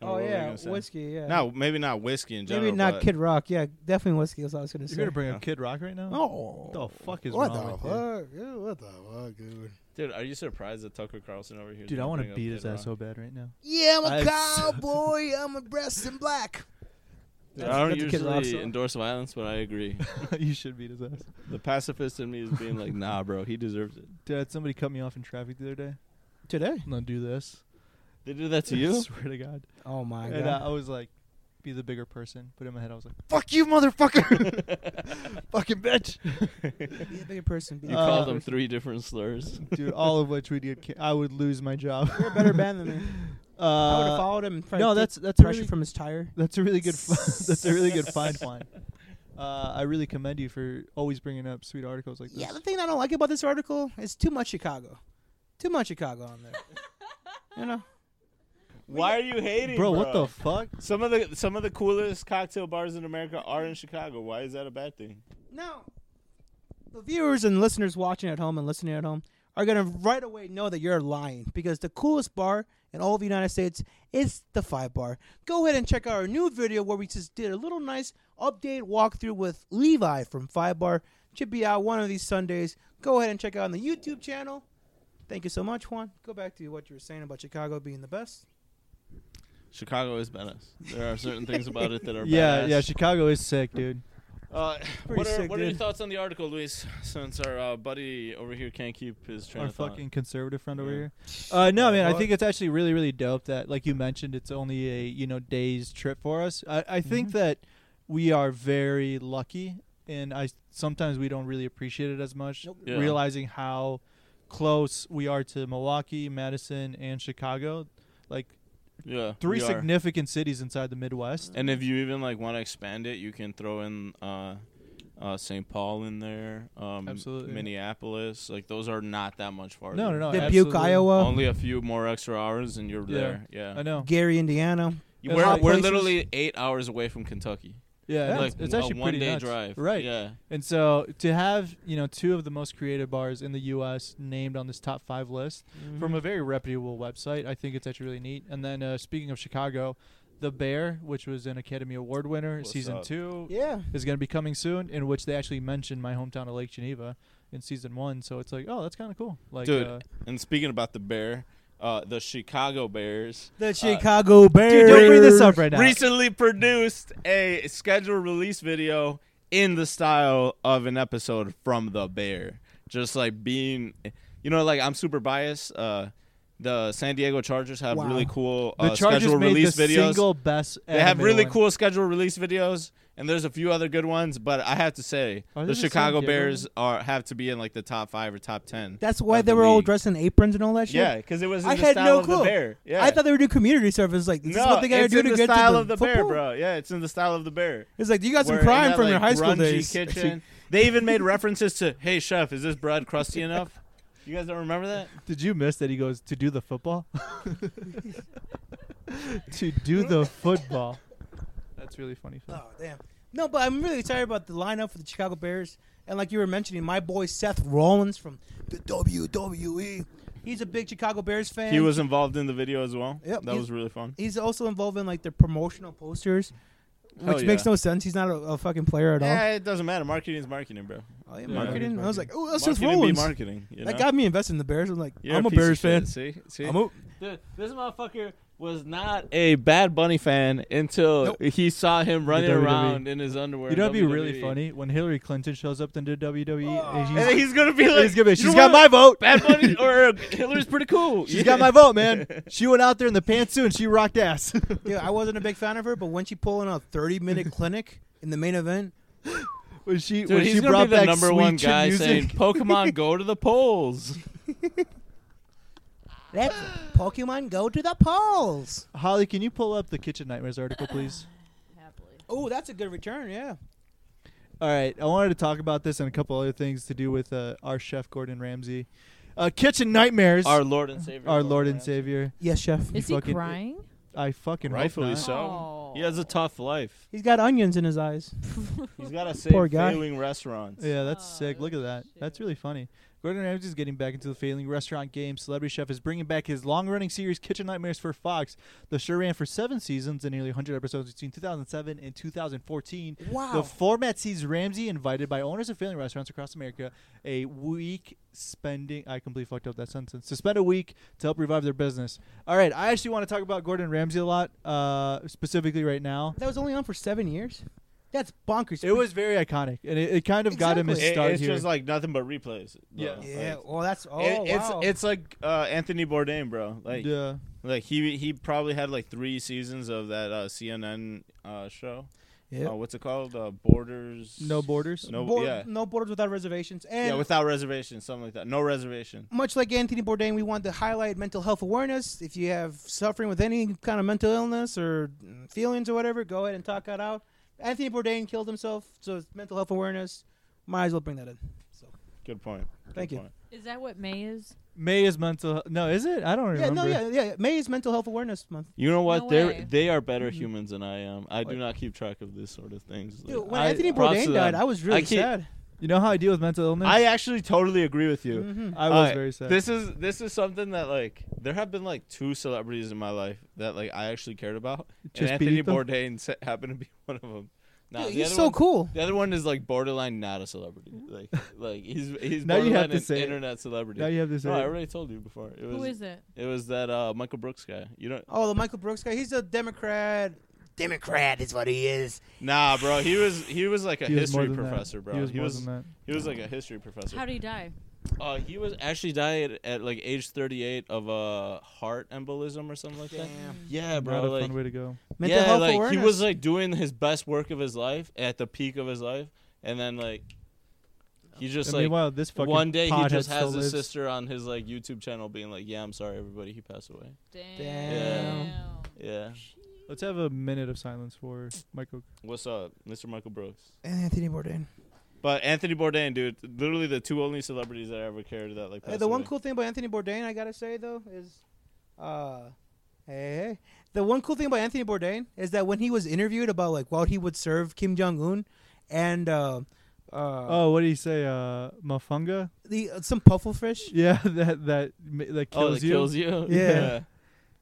Speaker 2: Oh
Speaker 5: what were we
Speaker 2: yeah,
Speaker 5: gonna say?
Speaker 2: whiskey. Yeah.
Speaker 5: No, maybe not whiskey in general.
Speaker 2: maybe not
Speaker 5: but-
Speaker 2: Kid Rock. Yeah, definitely whiskey. That's what I was gonna say.
Speaker 3: You're gonna bring
Speaker 5: Yeah.
Speaker 3: up Kid Rock right now?
Speaker 2: oh,
Speaker 3: What the fuck is
Speaker 2: what
Speaker 3: wrong
Speaker 2: the
Speaker 3: with you?
Speaker 2: fuck? Dude, what the fuck, dude?
Speaker 5: Dude, are you surprised that Tucker Carlson over here?
Speaker 3: Dude, I
Speaker 5: want
Speaker 3: to beat his ass so bad right now.
Speaker 2: Yeah, I'm a
Speaker 3: I-
Speaker 2: (laughs) cowboy. I'm a dressed in black. That's-
Speaker 5: I don't
Speaker 2: that's Kid Rock
Speaker 5: usually
Speaker 2: song.
Speaker 5: endorse violence, but I agree.
Speaker 3: (laughs) you should beat his ass.
Speaker 5: the pacifist in me is being like, (laughs) nah, bro, he deserves it.
Speaker 3: Dad, somebody cut me off in traffic the other day.
Speaker 2: today.
Speaker 3: I'm gonna
Speaker 2: (laughs)
Speaker 3: do this.
Speaker 5: They do that
Speaker 3: (laughs)
Speaker 5: to
Speaker 3: I
Speaker 5: (laughs) you?
Speaker 3: swear to God.
Speaker 2: Oh my
Speaker 3: and uh,
Speaker 2: god.
Speaker 3: I was like, be the bigger person. But in my head, I was like,
Speaker 1: Fuck you, motherfucker! Fucking bitch!
Speaker 2: Be a bigger person. Be
Speaker 5: (laughs) You
Speaker 2: a
Speaker 3: Uh,
Speaker 5: call
Speaker 2: better
Speaker 5: them
Speaker 2: person.
Speaker 5: three different slurs.
Speaker 3: dude, all of which we did, ca- I would lose my job.
Speaker 2: You're a
Speaker 3: (laughs)
Speaker 2: better band than me.
Speaker 3: Uh,
Speaker 2: I would have followed him. and tried
Speaker 3: no,
Speaker 2: to take
Speaker 3: that's that's a
Speaker 2: pressure
Speaker 3: really,
Speaker 2: from his tire.
Speaker 3: that's a
Speaker 2: (laughs)
Speaker 3: really good fi- (laughs) that's a really good find, Juan. Uh, I really commend you for always bringing up sweet articles like this.
Speaker 2: Yeah, the thing I don't like about this article is too much Chicago. Too much Chicago on there. you know.
Speaker 5: Why are you hating,
Speaker 3: bro, what the fuck?
Speaker 5: some of the some of the coolest cocktail bars in America are in Chicago. Why is that a bad thing?
Speaker 2: Now, the viewers and listeners watching at home and listening at home are going to right away know that you're lying because the coolest bar in all of the United States is the Five Bar. Go ahead and check out our new video where we just did a little nice update walkthrough with Levi from Five Bar. Should be out one of these Sundays. Go ahead and check it out on the YouTube channel. Thank you so much, Juan. Go back to what you were saying about Chicago being the best.
Speaker 5: Chicago is badass. There are certain things about it that are
Speaker 3: (laughs) Yeah,
Speaker 5: badass.
Speaker 3: yeah, Chicago is sick, dude.
Speaker 5: Uh,
Speaker 2: Pretty
Speaker 5: what are,
Speaker 2: sick,
Speaker 5: what are your
Speaker 2: dude.
Speaker 5: thoughts on the article, Luis? Since our uh, buddy over here can't keep his train
Speaker 3: our
Speaker 5: of thought.
Speaker 3: fucking conservative friend over
Speaker 5: Yeah. (laughs)
Speaker 3: here. Uh, no, man, I
Speaker 5: What?
Speaker 3: think it's actually really, really dope that, like you mentioned, it's only a you know day's trip for us. I, I think
Speaker 5: Mm-hmm.
Speaker 3: that we are very lucky, and I sometimes we don't really appreciate it as much,
Speaker 2: Nope.
Speaker 5: Yeah.
Speaker 3: realizing how close we are to Milwaukee, Madison, and Chicago. Like
Speaker 5: Yeah.
Speaker 3: Three
Speaker 5: we are.
Speaker 3: significant cities inside the Midwest.
Speaker 5: And if you even like want to expand it, you can throw in uh, uh, St. Paul in there. Um,
Speaker 3: Absolutely.
Speaker 5: Minneapolis, like those are not that much farther.
Speaker 3: No, no, no.
Speaker 2: Dubuque,
Speaker 3: absolutely.
Speaker 2: Iowa.
Speaker 5: Only a few more extra hours, and you're
Speaker 3: Yeah.
Speaker 5: there. Yeah.
Speaker 3: I know.
Speaker 2: Gary, Indiana.
Speaker 5: You-
Speaker 3: It's
Speaker 5: we're
Speaker 3: hot
Speaker 5: we're
Speaker 3: places.
Speaker 5: literally eight hours away from Kentucky.
Speaker 3: Yeah,
Speaker 5: like
Speaker 3: it's, it's
Speaker 5: a
Speaker 3: actually pretty
Speaker 5: one-day
Speaker 3: nuts.
Speaker 5: drive.
Speaker 3: right?
Speaker 5: Yeah.
Speaker 3: And so to have you know two of the most creative bars in the U.S. named on this top five list
Speaker 5: Mm-hmm.
Speaker 3: from a very reputable website, I think it's actually really neat. And then uh, speaking of Chicago, The Bear, which was an Academy Award winner,
Speaker 5: What's
Speaker 3: season
Speaker 5: up?
Speaker 3: two
Speaker 2: Yeah.
Speaker 3: is going to be coming soon, in which they actually mentioned my hometown of Lake Geneva in season one. So it's like, oh, that's kind of cool. Like,
Speaker 5: Dude.
Speaker 3: uh,
Speaker 5: And speaking about the bear, uh, the Chicago Bears
Speaker 2: The Chicago Bears.
Speaker 3: dude, don't bring this up right now.
Speaker 5: recently produced a scheduled release video in the style of an episode from the bear just like being you know like i'm super biased uh the san diego chargers have
Speaker 2: Wow.
Speaker 5: really cool
Speaker 3: the
Speaker 5: uh,
Speaker 3: Chargers
Speaker 5: scheduled
Speaker 3: made
Speaker 5: release
Speaker 3: the
Speaker 5: videos
Speaker 3: single best.
Speaker 5: they have
Speaker 3: anime
Speaker 5: really
Speaker 3: one.
Speaker 5: cool scheduled release videos and there's a few other good ones but i have to say
Speaker 3: Are they
Speaker 5: the
Speaker 3: the San
Speaker 5: chicago
Speaker 3: Diego
Speaker 5: bears are have to be in like the top five or top ten
Speaker 2: That's why
Speaker 5: of
Speaker 2: they
Speaker 5: the
Speaker 2: were all
Speaker 5: league.
Speaker 2: dressed in aprons and all that shit.
Speaker 5: yeah because it was in
Speaker 2: I
Speaker 5: the
Speaker 2: had
Speaker 5: style
Speaker 2: no
Speaker 5: of
Speaker 2: clue.
Speaker 5: the bear yeah
Speaker 2: I thought they were doing community service. Like, this
Speaker 5: no,
Speaker 2: is what they gotta
Speaker 5: it's
Speaker 2: do
Speaker 5: in
Speaker 2: to
Speaker 5: the
Speaker 2: get to
Speaker 5: style
Speaker 2: the
Speaker 5: of the bear,
Speaker 2: football.
Speaker 5: bro. Yeah, it's in the style of the bear.
Speaker 2: It's like you got some
Speaker 5: We're in
Speaker 2: crime
Speaker 5: that,
Speaker 2: from your
Speaker 5: like,
Speaker 2: high school
Speaker 5: grungy
Speaker 2: days.
Speaker 5: kitchen. they even made references to, "Hey chef, is this bread crusty enough?" You guys don't remember that?
Speaker 3: Did you miss that he goes to do the football? (laughs) to do the football. That's really funny. Phil.
Speaker 2: Oh damn. No, but I'm really excited about the lineup for the Chicago Bears. And like you were mentioning, my boy Seth Rollins from the WWE. He's a big Chicago Bears fan.
Speaker 5: He was involved in the video as well.
Speaker 2: Yep,
Speaker 5: that
Speaker 2: he's-
Speaker 5: was really fun.
Speaker 2: He's also involved in like their promotional posters,
Speaker 5: Hell
Speaker 2: which makes
Speaker 5: yeah.
Speaker 2: no sense. He's not a, a fucking player at all.
Speaker 5: Yeah, it doesn't matter. Marketing is marketing, bro.
Speaker 2: Oh, yeah,
Speaker 5: Yeah.
Speaker 2: marketing. I was like, oh, that's Seth
Speaker 5: marketing be
Speaker 2: Rollins.
Speaker 5: marketing. You know?
Speaker 2: That got me invested in the Bears. I'm like,
Speaker 5: You're
Speaker 2: I'm a,
Speaker 5: piece of
Speaker 2: Bears fan.
Speaker 5: shit, See, see.
Speaker 2: I'm
Speaker 5: (laughs)
Speaker 2: a,
Speaker 5: Dude, this motherfucker was not a Bad Bunny fan until he saw him running
Speaker 3: WWE.
Speaker 5: around in his underwear.
Speaker 3: E. You know,
Speaker 5: in E.
Speaker 3: it'd be really
Speaker 5: WWE.
Speaker 3: funny when Hillary Clinton shows up into WWE. E, Oh. and
Speaker 5: And then
Speaker 3: he's,
Speaker 5: he's gonna be like,
Speaker 3: he's gonna be,
Speaker 5: "You
Speaker 3: she's
Speaker 5: know
Speaker 3: got
Speaker 5: what?
Speaker 3: my vote.
Speaker 5: Bad
Speaker 3: (laughs)
Speaker 5: Bunny or Hitler's pretty cool.
Speaker 3: She's got my vote, (laughs) man. She went out there in the pantsuit and she rocked ass. (laughs)
Speaker 2: yeah, I wasn't a big fan of her, but when she pulled in a 30
Speaker 5: (laughs)
Speaker 2: minute clinic in the main event,
Speaker 3: when she
Speaker 5: Dude,
Speaker 3: when
Speaker 5: he's
Speaker 3: she
Speaker 5: gonna
Speaker 3: brought
Speaker 5: be the
Speaker 3: back
Speaker 5: number
Speaker 3: sweet
Speaker 5: one
Speaker 3: chin
Speaker 5: guy
Speaker 3: music. (laughs)
Speaker 5: saying, "Pokemon, go to the polls."
Speaker 2: that Pokemon go to the polls.
Speaker 3: Holly, can you pull up the Kitchen Nightmares article, please?
Speaker 6: Happily.
Speaker 2: Oh, that's a good return. Yeah.
Speaker 3: (laughs) All right, I wanted to talk about this and a couple other things to do with uh, our chef Gordon Ramsay. Uh, kitchen Nightmares,
Speaker 5: Our Lord and Savior.
Speaker 3: our Lord and Savior.
Speaker 2: Yes, chef.
Speaker 6: Is he
Speaker 3: fucking-
Speaker 6: crying?
Speaker 3: I fucking hope
Speaker 5: Rightfully
Speaker 3: not.
Speaker 5: so.
Speaker 6: Oh.
Speaker 5: He has a tough life.
Speaker 2: He's got onions in his eyes.
Speaker 5: He's got to
Speaker 2: Poor
Speaker 5: save
Speaker 2: guy.
Speaker 5: failing restaurants.
Speaker 3: Yeah, that's
Speaker 6: Oh,
Speaker 3: sick. Look at that. That's
Speaker 6: shit.
Speaker 3: really funny. Gordon Ramsay's getting back into the failing restaurant game. Celebrity Chef is bringing back his long-running series Kitchen Nightmares for Fox. The show ran for seven seasons and nearly 100 episodes between 2007 and 2014.
Speaker 2: Wow.
Speaker 3: The format sees Ramsay invited by owners of failing restaurants across America a week spending. I completely fucked up that sentence. To spend a week to help revive their business. All right, I actually want to talk about Gordon Ramsay a lot, uh, specifically right now.
Speaker 2: that was only on for seven years. That's bonkers.
Speaker 3: It was very iconic, and it, it kind of got him his
Speaker 5: It-
Speaker 3: start
Speaker 5: it's
Speaker 3: here.
Speaker 5: just like nothing but replays. bro.
Speaker 3: Yeah.
Speaker 2: Yeah.
Speaker 5: Like,
Speaker 2: Well, that's oh
Speaker 5: it- it's
Speaker 2: wow.
Speaker 5: it's like uh, Anthony Bourdain, bro. Like
Speaker 3: yeah.
Speaker 5: like he he probably had like three seasons of that uh, CNN uh, show.
Speaker 2: Yep.
Speaker 5: Uh, what's it called? Uh, Borders.
Speaker 3: No borders.
Speaker 5: No.
Speaker 2: Board-
Speaker 5: yeah.
Speaker 2: no borders without reservations. And
Speaker 5: Yeah. Without reservation, something like that. No reservation.
Speaker 2: much like Anthony Bourdain, we want to highlight mental health awareness. If you have suffering with any kind of mental illness or mm, feelings or whatever, go ahead and talk that out. Anthony Bourdain killed himself, so it's mental health awareness. Might as well bring that in. So
Speaker 5: Good point. Good
Speaker 2: Thank you.
Speaker 5: point.
Speaker 6: Is that what May is?
Speaker 3: May is mental. No, is it? I don't
Speaker 2: yeah,
Speaker 3: remember.
Speaker 2: no, yeah, yeah. yeah. May is Mental Health Awareness Month.
Speaker 5: You know what?
Speaker 6: No
Speaker 5: They're
Speaker 6: way.
Speaker 5: they are better
Speaker 3: Mm-hmm.
Speaker 5: humans than I am. I do
Speaker 2: Like-
Speaker 5: not keep track of this sort of things.
Speaker 2: Dude,
Speaker 5: Like,
Speaker 2: when
Speaker 5: I-
Speaker 2: Anthony
Speaker 5: props to
Speaker 2: Bourdain died,
Speaker 5: them.
Speaker 2: I was really
Speaker 5: keep-
Speaker 2: sad.
Speaker 3: You know how I deal with mental illness?
Speaker 5: I actually totally agree with you.
Speaker 2: Mhm.
Speaker 3: Mm-hmm. I was
Speaker 5: Uh,
Speaker 3: very sad.
Speaker 5: This is this is something that like there have been like two celebrities in my life that like I actually cared about, and
Speaker 3: Just
Speaker 5: Anthony
Speaker 3: Benito?
Speaker 5: Bourdain sa- happened to be (laughs) one of them. Nah,
Speaker 2: Dude,
Speaker 5: the
Speaker 2: he's
Speaker 5: other
Speaker 2: so
Speaker 5: one-
Speaker 2: cool.
Speaker 5: The other one is like borderline not
Speaker 3: (laughs)
Speaker 5: a celebrity. Like like he's he's
Speaker 3: Now you
Speaker 5: borderline
Speaker 3: have to
Speaker 5: an
Speaker 3: say it.
Speaker 5: internet celebrity.
Speaker 3: now you have this.
Speaker 5: no, I already told you before. It was
Speaker 6: Who is it?
Speaker 5: it was that uh, Michael Brooks guy. You don't
Speaker 2: Oh, the Michael Brooks guy. He's a Democrat. Democrat is what he is.
Speaker 5: Nah, bro. He was he was like a
Speaker 3: He was more
Speaker 5: history
Speaker 3: than that.
Speaker 5: professor, bro.
Speaker 3: He was more than that.
Speaker 5: He was like a history professor.
Speaker 6: How did he die?
Speaker 5: uh, he was actually died at like age 38 of a heart embolism or something like that.
Speaker 2: Damn.
Speaker 5: Yeah,
Speaker 3: Not
Speaker 5: bro.
Speaker 3: a
Speaker 5: Like,
Speaker 3: fun way to go.
Speaker 2: Mental
Speaker 5: yeah,
Speaker 2: health
Speaker 5: like
Speaker 2: awareness.
Speaker 5: he was like doing his best work of his life at the peak of his life, and then like he just
Speaker 3: And
Speaker 5: like
Speaker 3: meanwhile, this fucking
Speaker 5: one day he
Speaker 3: pothead
Speaker 5: just
Speaker 3: still
Speaker 5: has his
Speaker 3: lives.
Speaker 5: sister on his like YouTube channel being like, "Yeah, I'm sorry, everybody. He passed away."
Speaker 6: Damn.
Speaker 2: Damn.
Speaker 5: Yeah.
Speaker 3: Let's have a minute of silence for Michael.
Speaker 5: What's up, Mr. Michael Brooks?
Speaker 2: And Anthony Bourdain.
Speaker 5: But Anthony Bourdain, dude, literally the two only celebrities that I ever cared that like.
Speaker 2: Uh, the one cool thing about Anthony Bourdain, I gotta say though, is, uh, hey, hey. the one cool thing about Anthony Bourdain is that when he was interviewed about like while he would serve Kim Jong Un, and uh, uh,
Speaker 3: Oh, what did he say? Uh, Mafunga?
Speaker 2: the uh, some
Speaker 3: (laughs)
Speaker 2: pufflefish.
Speaker 3: Yeah, that that ma- that
Speaker 5: Oh,
Speaker 3: kills
Speaker 5: that
Speaker 3: you.
Speaker 5: kills you. (laughs)
Speaker 2: Yeah.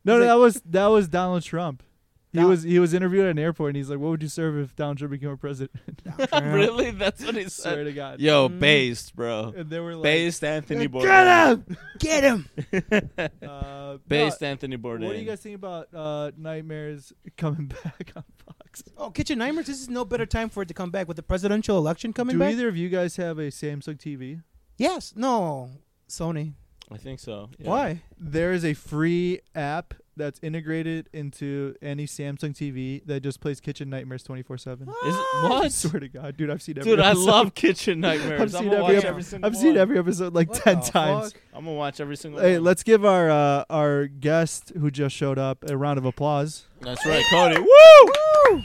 Speaker 3: No,
Speaker 2: He's
Speaker 3: no,
Speaker 2: like-
Speaker 3: that was that was Donald Trump. He
Speaker 2: Don-
Speaker 3: was he was interviewed at an airport, and he's like, "What would you serve if Donald Trump became a president?" (laughs)
Speaker 5: Yeah. (laughs) really? That's what he
Speaker 3: Swear
Speaker 5: said.
Speaker 3: to God.
Speaker 5: Uh, Yo,
Speaker 2: Mhm.
Speaker 5: based, bro.
Speaker 3: And they were Mm-hmm. like,
Speaker 5: Based Anthony Bourdain.
Speaker 2: Get him.
Speaker 3: (laughs) uh, no,
Speaker 5: (laughs) Based Anthony Bourdain.
Speaker 3: What do you guys think about uh, Nightmares coming (laughs) back on Fox?
Speaker 2: Oh, Kitchen Nightmares. This is no better time for it to come back with the presidential election coming
Speaker 3: Do
Speaker 2: back.
Speaker 3: either of you guys have a Samsung TV?
Speaker 2: Yes. No. Sony.
Speaker 5: I think so. yeah.
Speaker 2: Why?
Speaker 3: There is a free app that's integrated into any Samsung TV that just plays Kitchen Nightmares 24 7.
Speaker 5: Is it,
Speaker 3: (laughs) I
Speaker 5: what?
Speaker 3: swear to God, dude, I've seen every
Speaker 5: Dude, I
Speaker 3: episode.
Speaker 5: love Kitchen
Speaker 3: (laughs)
Speaker 5: Nightmares.
Speaker 3: I've seen
Speaker 5: am gonna
Speaker 3: every
Speaker 5: watch
Speaker 2: ep-
Speaker 5: every single
Speaker 3: I've seen
Speaker 5: one.
Speaker 3: every episode like
Speaker 2: What
Speaker 3: 10
Speaker 2: the
Speaker 3: times.
Speaker 2: fuck?
Speaker 5: I'm gonna watch every single.
Speaker 3: Hey,
Speaker 5: one.
Speaker 3: let's give our uh, our guest who just showed up a round of applause.
Speaker 5: That's right, Cody. Woo!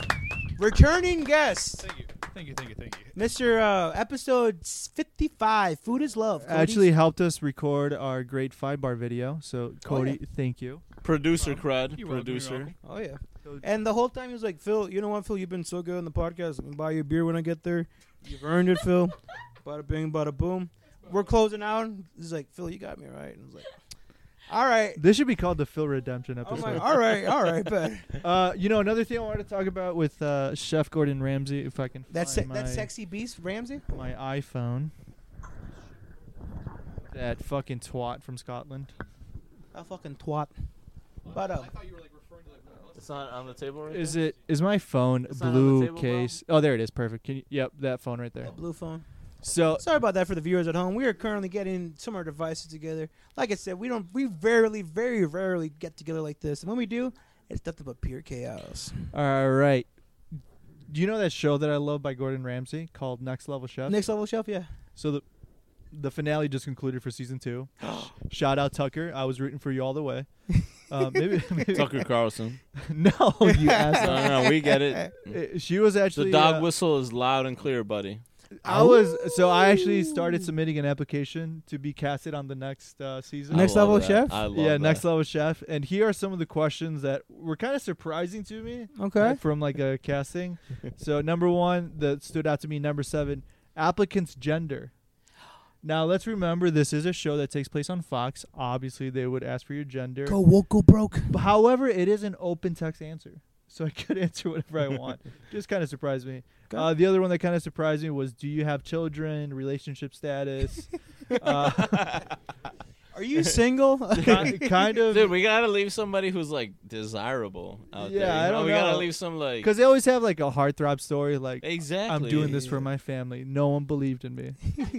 Speaker 2: Returning guest,
Speaker 7: Thank you. Thank you. Thank you. Thank you.
Speaker 2: Mr. Uh, episode s- 55, Food is Love. Cody's-
Speaker 3: Actually helped us record our great five bar video. So Cody,
Speaker 5: Oh,
Speaker 3: thank you.
Speaker 5: Producer crud.
Speaker 7: You're welcome,
Speaker 5: producer.
Speaker 7: you're welcome.
Speaker 2: Oh, yeah.
Speaker 3: So-
Speaker 2: And the whole time he was like, Phil, you know what, Phil? You've been so good on the podcast. I'm going to buy you a beer when I get there. You've earned it, Phil. Bada bing, bada boom. We're closing out. He's like, Phil, you got me right. And I was like, all right.
Speaker 3: This should be called the Phil Redemption
Speaker 5: Oh
Speaker 2: I'm like,
Speaker 3: episode.
Speaker 2: all right, all right, but
Speaker 3: Uh, you know, another thing I wanted to talk about with uh, Chef Gordon Ramsay, if I can
Speaker 2: that se-
Speaker 3: find my,
Speaker 2: that sexy beast Ramsey.
Speaker 3: my iPhone. That fucking twat from Scotland.
Speaker 2: A fucking twat. But um,
Speaker 5: It's not on the table right
Speaker 3: Is it? Is my phone
Speaker 5: It's not on the
Speaker 3: blue
Speaker 5: table, bro.
Speaker 3: case? Oh, there it is. Perfect. Can you, yep, that phone right there.
Speaker 2: that blue phone.
Speaker 3: So
Speaker 2: Sorry about that for the viewers at home. We are currently getting some of our devices together. Like I said, we don't, we rarely, very rarely get together like this. And when we do, it's nothing but pure chaos.
Speaker 3: All right. Do you know that show that I love by Gordon Ramsay called Next Level Chef?
Speaker 2: Next level chef, yeah.
Speaker 3: So the the finale just concluded for
Speaker 2: (gasps)
Speaker 3: season two. Shout out Tucker. I was rooting for you all the
Speaker 2: (laughs)
Speaker 3: way. Uh, maybe, (laughs) maybe- (laughs)
Speaker 5: Tucker Carlson.
Speaker 3: no, you asshole.
Speaker 5: no, no, no, we get it.
Speaker 3: Uh, She was
Speaker 5: Uh, The
Speaker 3: actually
Speaker 5: dog
Speaker 3: uh,
Speaker 5: whistle is loud and clear, buddy.
Speaker 3: I was so I actually started submitting an application to be casted on the next uh, season.
Speaker 5: I
Speaker 2: Next
Speaker 5: love
Speaker 2: Level
Speaker 5: that.
Speaker 2: Chef?
Speaker 5: I love
Speaker 3: yeah,
Speaker 5: that.
Speaker 3: next level chef. And here are some of the questions that were kind of surprising to me.
Speaker 2: Okay.
Speaker 3: from like a
Speaker 5: (laughs)
Speaker 3: casting. so number one that stood out to me, number seven, applicant's gender. Now let's remember this is a show that takes place on Fox. Obviously, they would ask for your gender.
Speaker 2: Go woke, go broke.
Speaker 3: But However, it is an open text answer, so I (laughs) could answer whatever I want. Just kind of surprised me.
Speaker 2: Okay.
Speaker 3: Uh, the other one that kind of surprised me was, do you have children, relationship status? uh, (laughs)
Speaker 2: Are you single? (laughs)
Speaker 3: ki- kind of.
Speaker 5: Dude, we gotta leave somebody who's like desirable out
Speaker 3: Yeah,
Speaker 5: there. you
Speaker 3: I
Speaker 5: know?
Speaker 3: don't
Speaker 5: we gotta
Speaker 3: know.
Speaker 5: leave some like
Speaker 3: Because they always have like a heartthrob story, like
Speaker 5: exactly.
Speaker 3: I'm doing this for my family. No one believed in
Speaker 5: (laughs)
Speaker 3: me,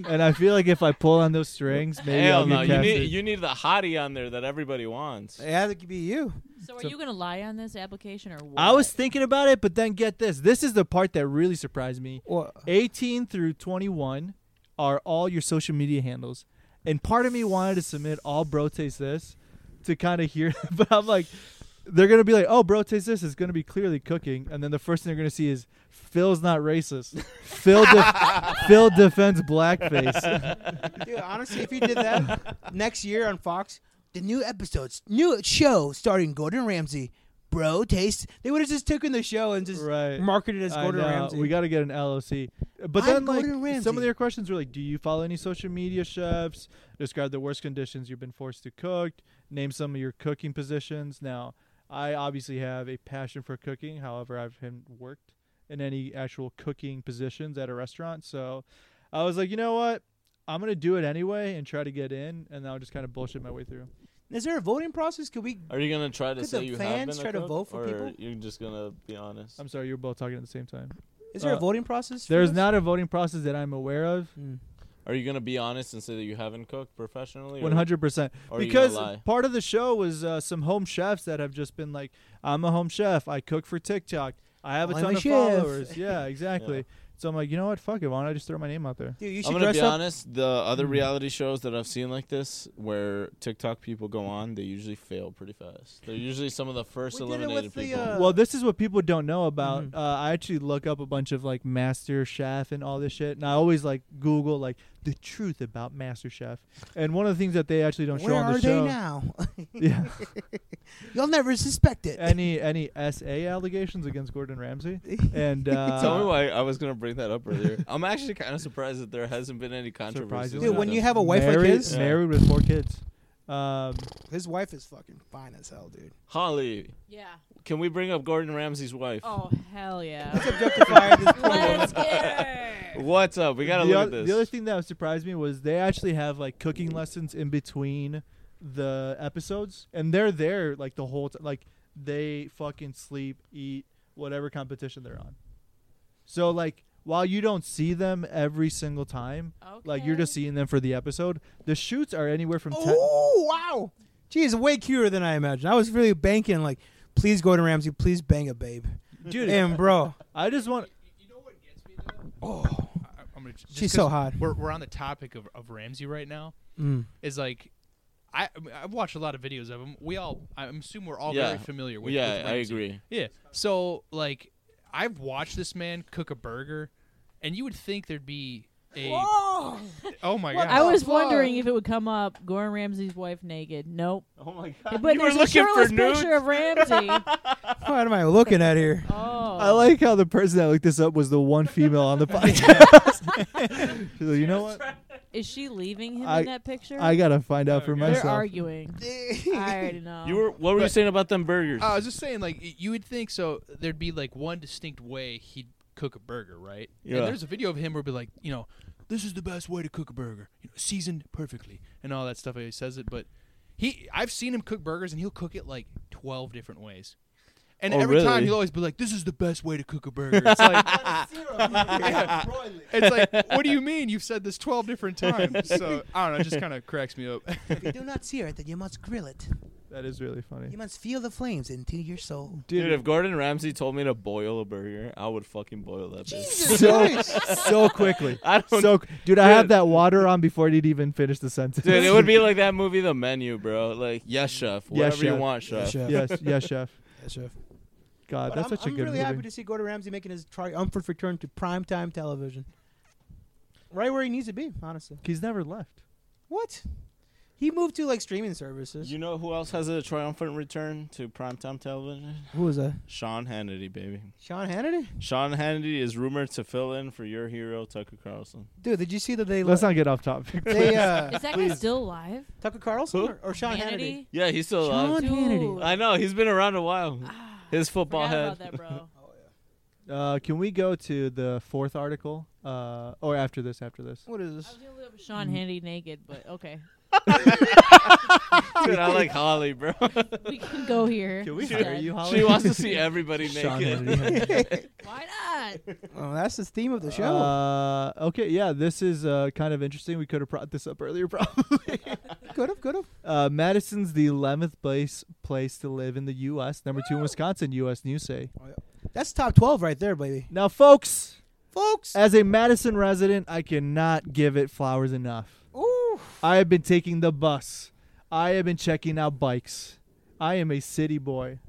Speaker 3: and I feel like if I pull on those strings, maybe I'll
Speaker 5: Hell
Speaker 3: get
Speaker 5: no, you
Speaker 3: casted.
Speaker 5: need you need the hottie on there that everybody wants.
Speaker 2: yeah, that could be you.
Speaker 6: So are
Speaker 3: So-
Speaker 6: you gonna lie on this application or what?
Speaker 3: I was thinking about it, but then get this. This is the part that really surprised me.
Speaker 2: Well,
Speaker 3: 18 through 21 are all your social media handles, and part of me wanted to submit all bro taste this to kind of hear, (laughs) but I'm like. They're gonna be like, "Oh, bro, taste this." It's gonna be clearly cooking, and then the first thing they're gonna see is Phil's not racist. Phil, def Phil defends blackface.
Speaker 2: dude, honestly, if you did
Speaker 3: (laughs)
Speaker 2: that next year on Fox, the new episodes, new show starring Gordon Ramsay, bro, taste. They would have just taken the show and just
Speaker 3: right.
Speaker 2: marketed it as
Speaker 3: I
Speaker 2: Gordon
Speaker 3: know,
Speaker 2: Ramsay.
Speaker 3: We got to get an LLC. But
Speaker 2: I'm
Speaker 3: then, like,
Speaker 2: Gordon Ramsay.
Speaker 3: some of their questions were like, "Do you follow any social media chefs? Describe the worst conditions you've been forced to cook. Name some of your cooking positions." Now, I obviously have a passion for cooking. However, I haven't worked in any actual cooking positions at a restaurant, so I was like, you know what? I'm gonna do it anyway and try to get in, and I'll just kind of bullshit my way through.
Speaker 2: Is there a voting process? Could we?
Speaker 5: Are you gonna try to
Speaker 2: Could
Speaker 5: say
Speaker 2: the
Speaker 5: you have
Speaker 2: fans
Speaker 5: been
Speaker 2: try
Speaker 5: a
Speaker 2: to
Speaker 5: cook,
Speaker 2: vote for
Speaker 5: or
Speaker 2: people?
Speaker 5: You're just gonna be honest.
Speaker 3: I'm sorry, you were both talking at the same time.
Speaker 2: Is there a
Speaker 3: Uh,
Speaker 2: voting process? for
Speaker 3: There's
Speaker 2: this?
Speaker 3: not a voting process that I'm aware of.
Speaker 2: Mm.
Speaker 5: Are you gonna be honest and say that you haven't cooked professionally? or-
Speaker 3: One hundred percent.
Speaker 5: or you gonna
Speaker 3: Because
Speaker 5: lie?
Speaker 3: part of the show was uh, some home chefs that have just been like, "I'm a home chef. I cook for TikTok. I have a
Speaker 2: I'm
Speaker 3: ton
Speaker 2: a
Speaker 3: of
Speaker 2: chef." (laughs)
Speaker 3: followers." Yeah, exactly. So I'm like, you know what? Fuck it. Why don't I just throw my name out there?
Speaker 2: Dude, you
Speaker 5: I'm
Speaker 2: should
Speaker 5: gonna
Speaker 2: dress
Speaker 5: be
Speaker 2: up.
Speaker 5: honest. The
Speaker 3: Mm.
Speaker 5: other reality shows that I've seen like this, where TikTok people go on, they usually fail pretty fast. They're usually some of the first
Speaker 2: We did it
Speaker 5: eliminated
Speaker 2: with the,
Speaker 5: people.
Speaker 2: uh,
Speaker 3: Well, this is what people don't know about.
Speaker 2: Mhm.
Speaker 3: Uh, I actually look up a bunch of like Master Chef and all this shit, and I always like Google like the truth about Master Chef. And one of the things that they actually don't show
Speaker 2: Where
Speaker 3: on
Speaker 2: are
Speaker 3: the
Speaker 2: they
Speaker 3: show,
Speaker 2: now?
Speaker 3: (laughs)
Speaker 2: (laughs)
Speaker 3: yeah,
Speaker 2: You'll never suspect it.
Speaker 3: any any SA allegations against Gordon
Speaker 2: (laughs)
Speaker 3: Ramsay, and uh,
Speaker 5: Tell me why I was gonna bring that up
Speaker 3: (laughs)
Speaker 5: earlier. I'm actually kind of surprised that there hasn't been any controversy.
Speaker 3: Surprisingly
Speaker 2: Dude,
Speaker 5: about
Speaker 2: when
Speaker 5: this.
Speaker 2: you have a wife
Speaker 3: married,
Speaker 2: like his,
Speaker 5: Yeah.
Speaker 3: married with four kids. Um,
Speaker 2: his wife is fucking fine as hell, dude.
Speaker 5: Holly,
Speaker 6: Yeah.
Speaker 5: can we bring up Gordon Ramsay's wife?
Speaker 6: Oh hell yeah.
Speaker 2: Objectified
Speaker 6: (laughs)
Speaker 2: this poor woman.
Speaker 6: Let's get her.
Speaker 5: What's up? We gotta
Speaker 3: the,
Speaker 5: look
Speaker 3: oth-
Speaker 5: at
Speaker 3: the other
Speaker 5: this.
Speaker 3: thing that surprised me was they actually have like cooking lessons in between the episodes, and they're there like the whole time. Like they fucking sleep, eat, whatever competition they're on. So like while you don't see them every single time, like you're
Speaker 6: Okay.
Speaker 3: just seeing them for the episode. The shoots are anywhere from ten.
Speaker 2: Oh wow, geez, way cuter than I imagined. I was really banking like, please Gordon Ramsay, please bang a babe,
Speaker 3: Dude,
Speaker 2: and
Speaker 3: (laughs)
Speaker 2: bro,
Speaker 3: I just want.
Speaker 7: You know what gets me though?
Speaker 2: oh,
Speaker 7: I- I'm gonna, j- just
Speaker 2: she's so
Speaker 7: 'cause
Speaker 2: hot.
Speaker 7: We're, we're on the topic of, of Ramsey right now.
Speaker 2: Mm.
Speaker 7: Is like, I I mean, I've watched a lot of videos of him. We all I assume we're all
Speaker 5: Yeah.
Speaker 7: very familiar with.
Speaker 5: yeah,
Speaker 7: with
Speaker 5: I
Speaker 7: Ramsay.
Speaker 5: agree.
Speaker 7: Yeah. So like, I've watched this man cook a burger, and you would think there'd be a
Speaker 2: Oh,
Speaker 7: oh my
Speaker 2: What
Speaker 7: god.
Speaker 6: I
Speaker 2: the
Speaker 6: was
Speaker 2: fuck?
Speaker 6: wondering if it would come up. Gordon Ramsay's wife naked. Nope.
Speaker 5: Oh my
Speaker 6: But
Speaker 5: god.
Speaker 6: there's a shirtless picture
Speaker 5: (laughs)
Speaker 6: of Ramsay.
Speaker 2: what am I looking at (laughs) here?
Speaker 6: oh.
Speaker 3: I like how the person that looked this up was the one female
Speaker 6: (laughs)
Speaker 3: on the podcast. (laughs) She's like, you know what?
Speaker 6: Is she leaving him
Speaker 3: I-
Speaker 6: in that picture?
Speaker 3: I gotta find out for
Speaker 7: Okay.
Speaker 6: They're
Speaker 3: myself.
Speaker 6: arguing. I
Speaker 2: (laughs)
Speaker 6: already know.
Speaker 5: You were what were you
Speaker 7: But-
Speaker 5: saying about them burgers?
Speaker 3: Uh,
Speaker 7: I was just saying, like, y- you would think so. There'd be like one distinct way he'd cook a burger, right?
Speaker 5: Yeah.
Speaker 7: And there's a video of him where it'd be like, you know, this is the best way to cook a burger, you know, seasoned perfectly, and all that stuff. He says it, but he, I've seen him cook burgers, and he'll cook it like twelve different ways. And
Speaker 5: Oh,
Speaker 7: every time
Speaker 5: really?
Speaker 7: he'll always be like, "This is the best way to cook a burger."
Speaker 5: (laughs)
Speaker 7: It's like, (laughs) it's like, what do you mean? You've said this twelve different times. So I don't know. It just kind of cracks me up.
Speaker 2: if you do not see her, then you must grill it.
Speaker 3: That is really funny,
Speaker 2: You must feel the flames into your soul.
Speaker 5: Dude, if Gordon Ramsay told me to boil a burger, I would fucking boil that
Speaker 3: (laughs)
Speaker 5: bitch.
Speaker 3: so so quickly.
Speaker 5: (laughs) I don't
Speaker 3: So, dude, I have
Speaker 5: Dude.
Speaker 3: that water on before it even finished the sentence.
Speaker 5: (laughs) Dude, it would be like that movie The Menu, bro. Like, yes, chef. Whatever you
Speaker 3: chef.
Speaker 5: want, chef.
Speaker 2: Chef.
Speaker 3: (laughs) yes, yes, chef.
Speaker 2: (laughs) Yes, chef.
Speaker 3: God,
Speaker 2: But
Speaker 3: Uh, that's
Speaker 2: I'm,
Speaker 3: such a
Speaker 2: I'm
Speaker 3: good
Speaker 2: really
Speaker 3: movie.
Speaker 2: happy to see Gordon Ramsay making his triumphant return to primetime television. Right where he needs to be, honestly.
Speaker 3: He's never left.
Speaker 2: What? He moved to like streaming services.
Speaker 5: You know who else has a triumphant return to primetime television?
Speaker 2: Who was that?
Speaker 5: Sean Hannity, baby.
Speaker 2: Sean Hannity?
Speaker 5: Sean Hannity is rumored to fill in for your hero, Tucker Carlson.
Speaker 2: Dude, did you see that they
Speaker 3: Let's not get off topic.
Speaker 2: they uh
Speaker 6: Is that guy still alive?
Speaker 2: Tucker Carlson
Speaker 5: Who?
Speaker 2: or, or Sean Hannity?
Speaker 6: Hannity?
Speaker 5: Yeah, he's still alive.
Speaker 2: Sean Hannity.
Speaker 6: Dude.
Speaker 5: I know, he's been around a while.
Speaker 6: Ah,
Speaker 5: His football
Speaker 6: forgot about
Speaker 5: head.
Speaker 6: that, bro.
Speaker 3: (laughs) Uh, can we go to the fourth article? Uh, or after this, after this.
Speaker 2: What is
Speaker 6: I
Speaker 2: this?
Speaker 6: was gonna look up Sean Hannity naked, but okay,
Speaker 5: Dude, I like Holly, bro.
Speaker 6: we can go here.
Speaker 3: Can we
Speaker 6: instead.
Speaker 3: hire you, Holly?
Speaker 5: she wants
Speaker 3: (laughs)
Speaker 5: to see everybody
Speaker 3: Sean
Speaker 5: naked.
Speaker 6: Why not?
Speaker 2: Oh, that's the theme of the show.
Speaker 3: Uh, okay, yeah, this is uh, kind of interesting. We could have brought this up earlier, (laughs) probably.
Speaker 2: could have, could have.
Speaker 3: Uh, Madison's the 11th place place to live in the U.S. Number two in Wisconsin, U.S. News say.
Speaker 2: That's top twelve right there, baby.
Speaker 3: Now, folks,
Speaker 2: Folks.
Speaker 3: as a Madison resident, I cannot give it flowers enough.
Speaker 2: Ooh.
Speaker 3: I have been taking the bus. I have been checking out bikes. I am a city boy,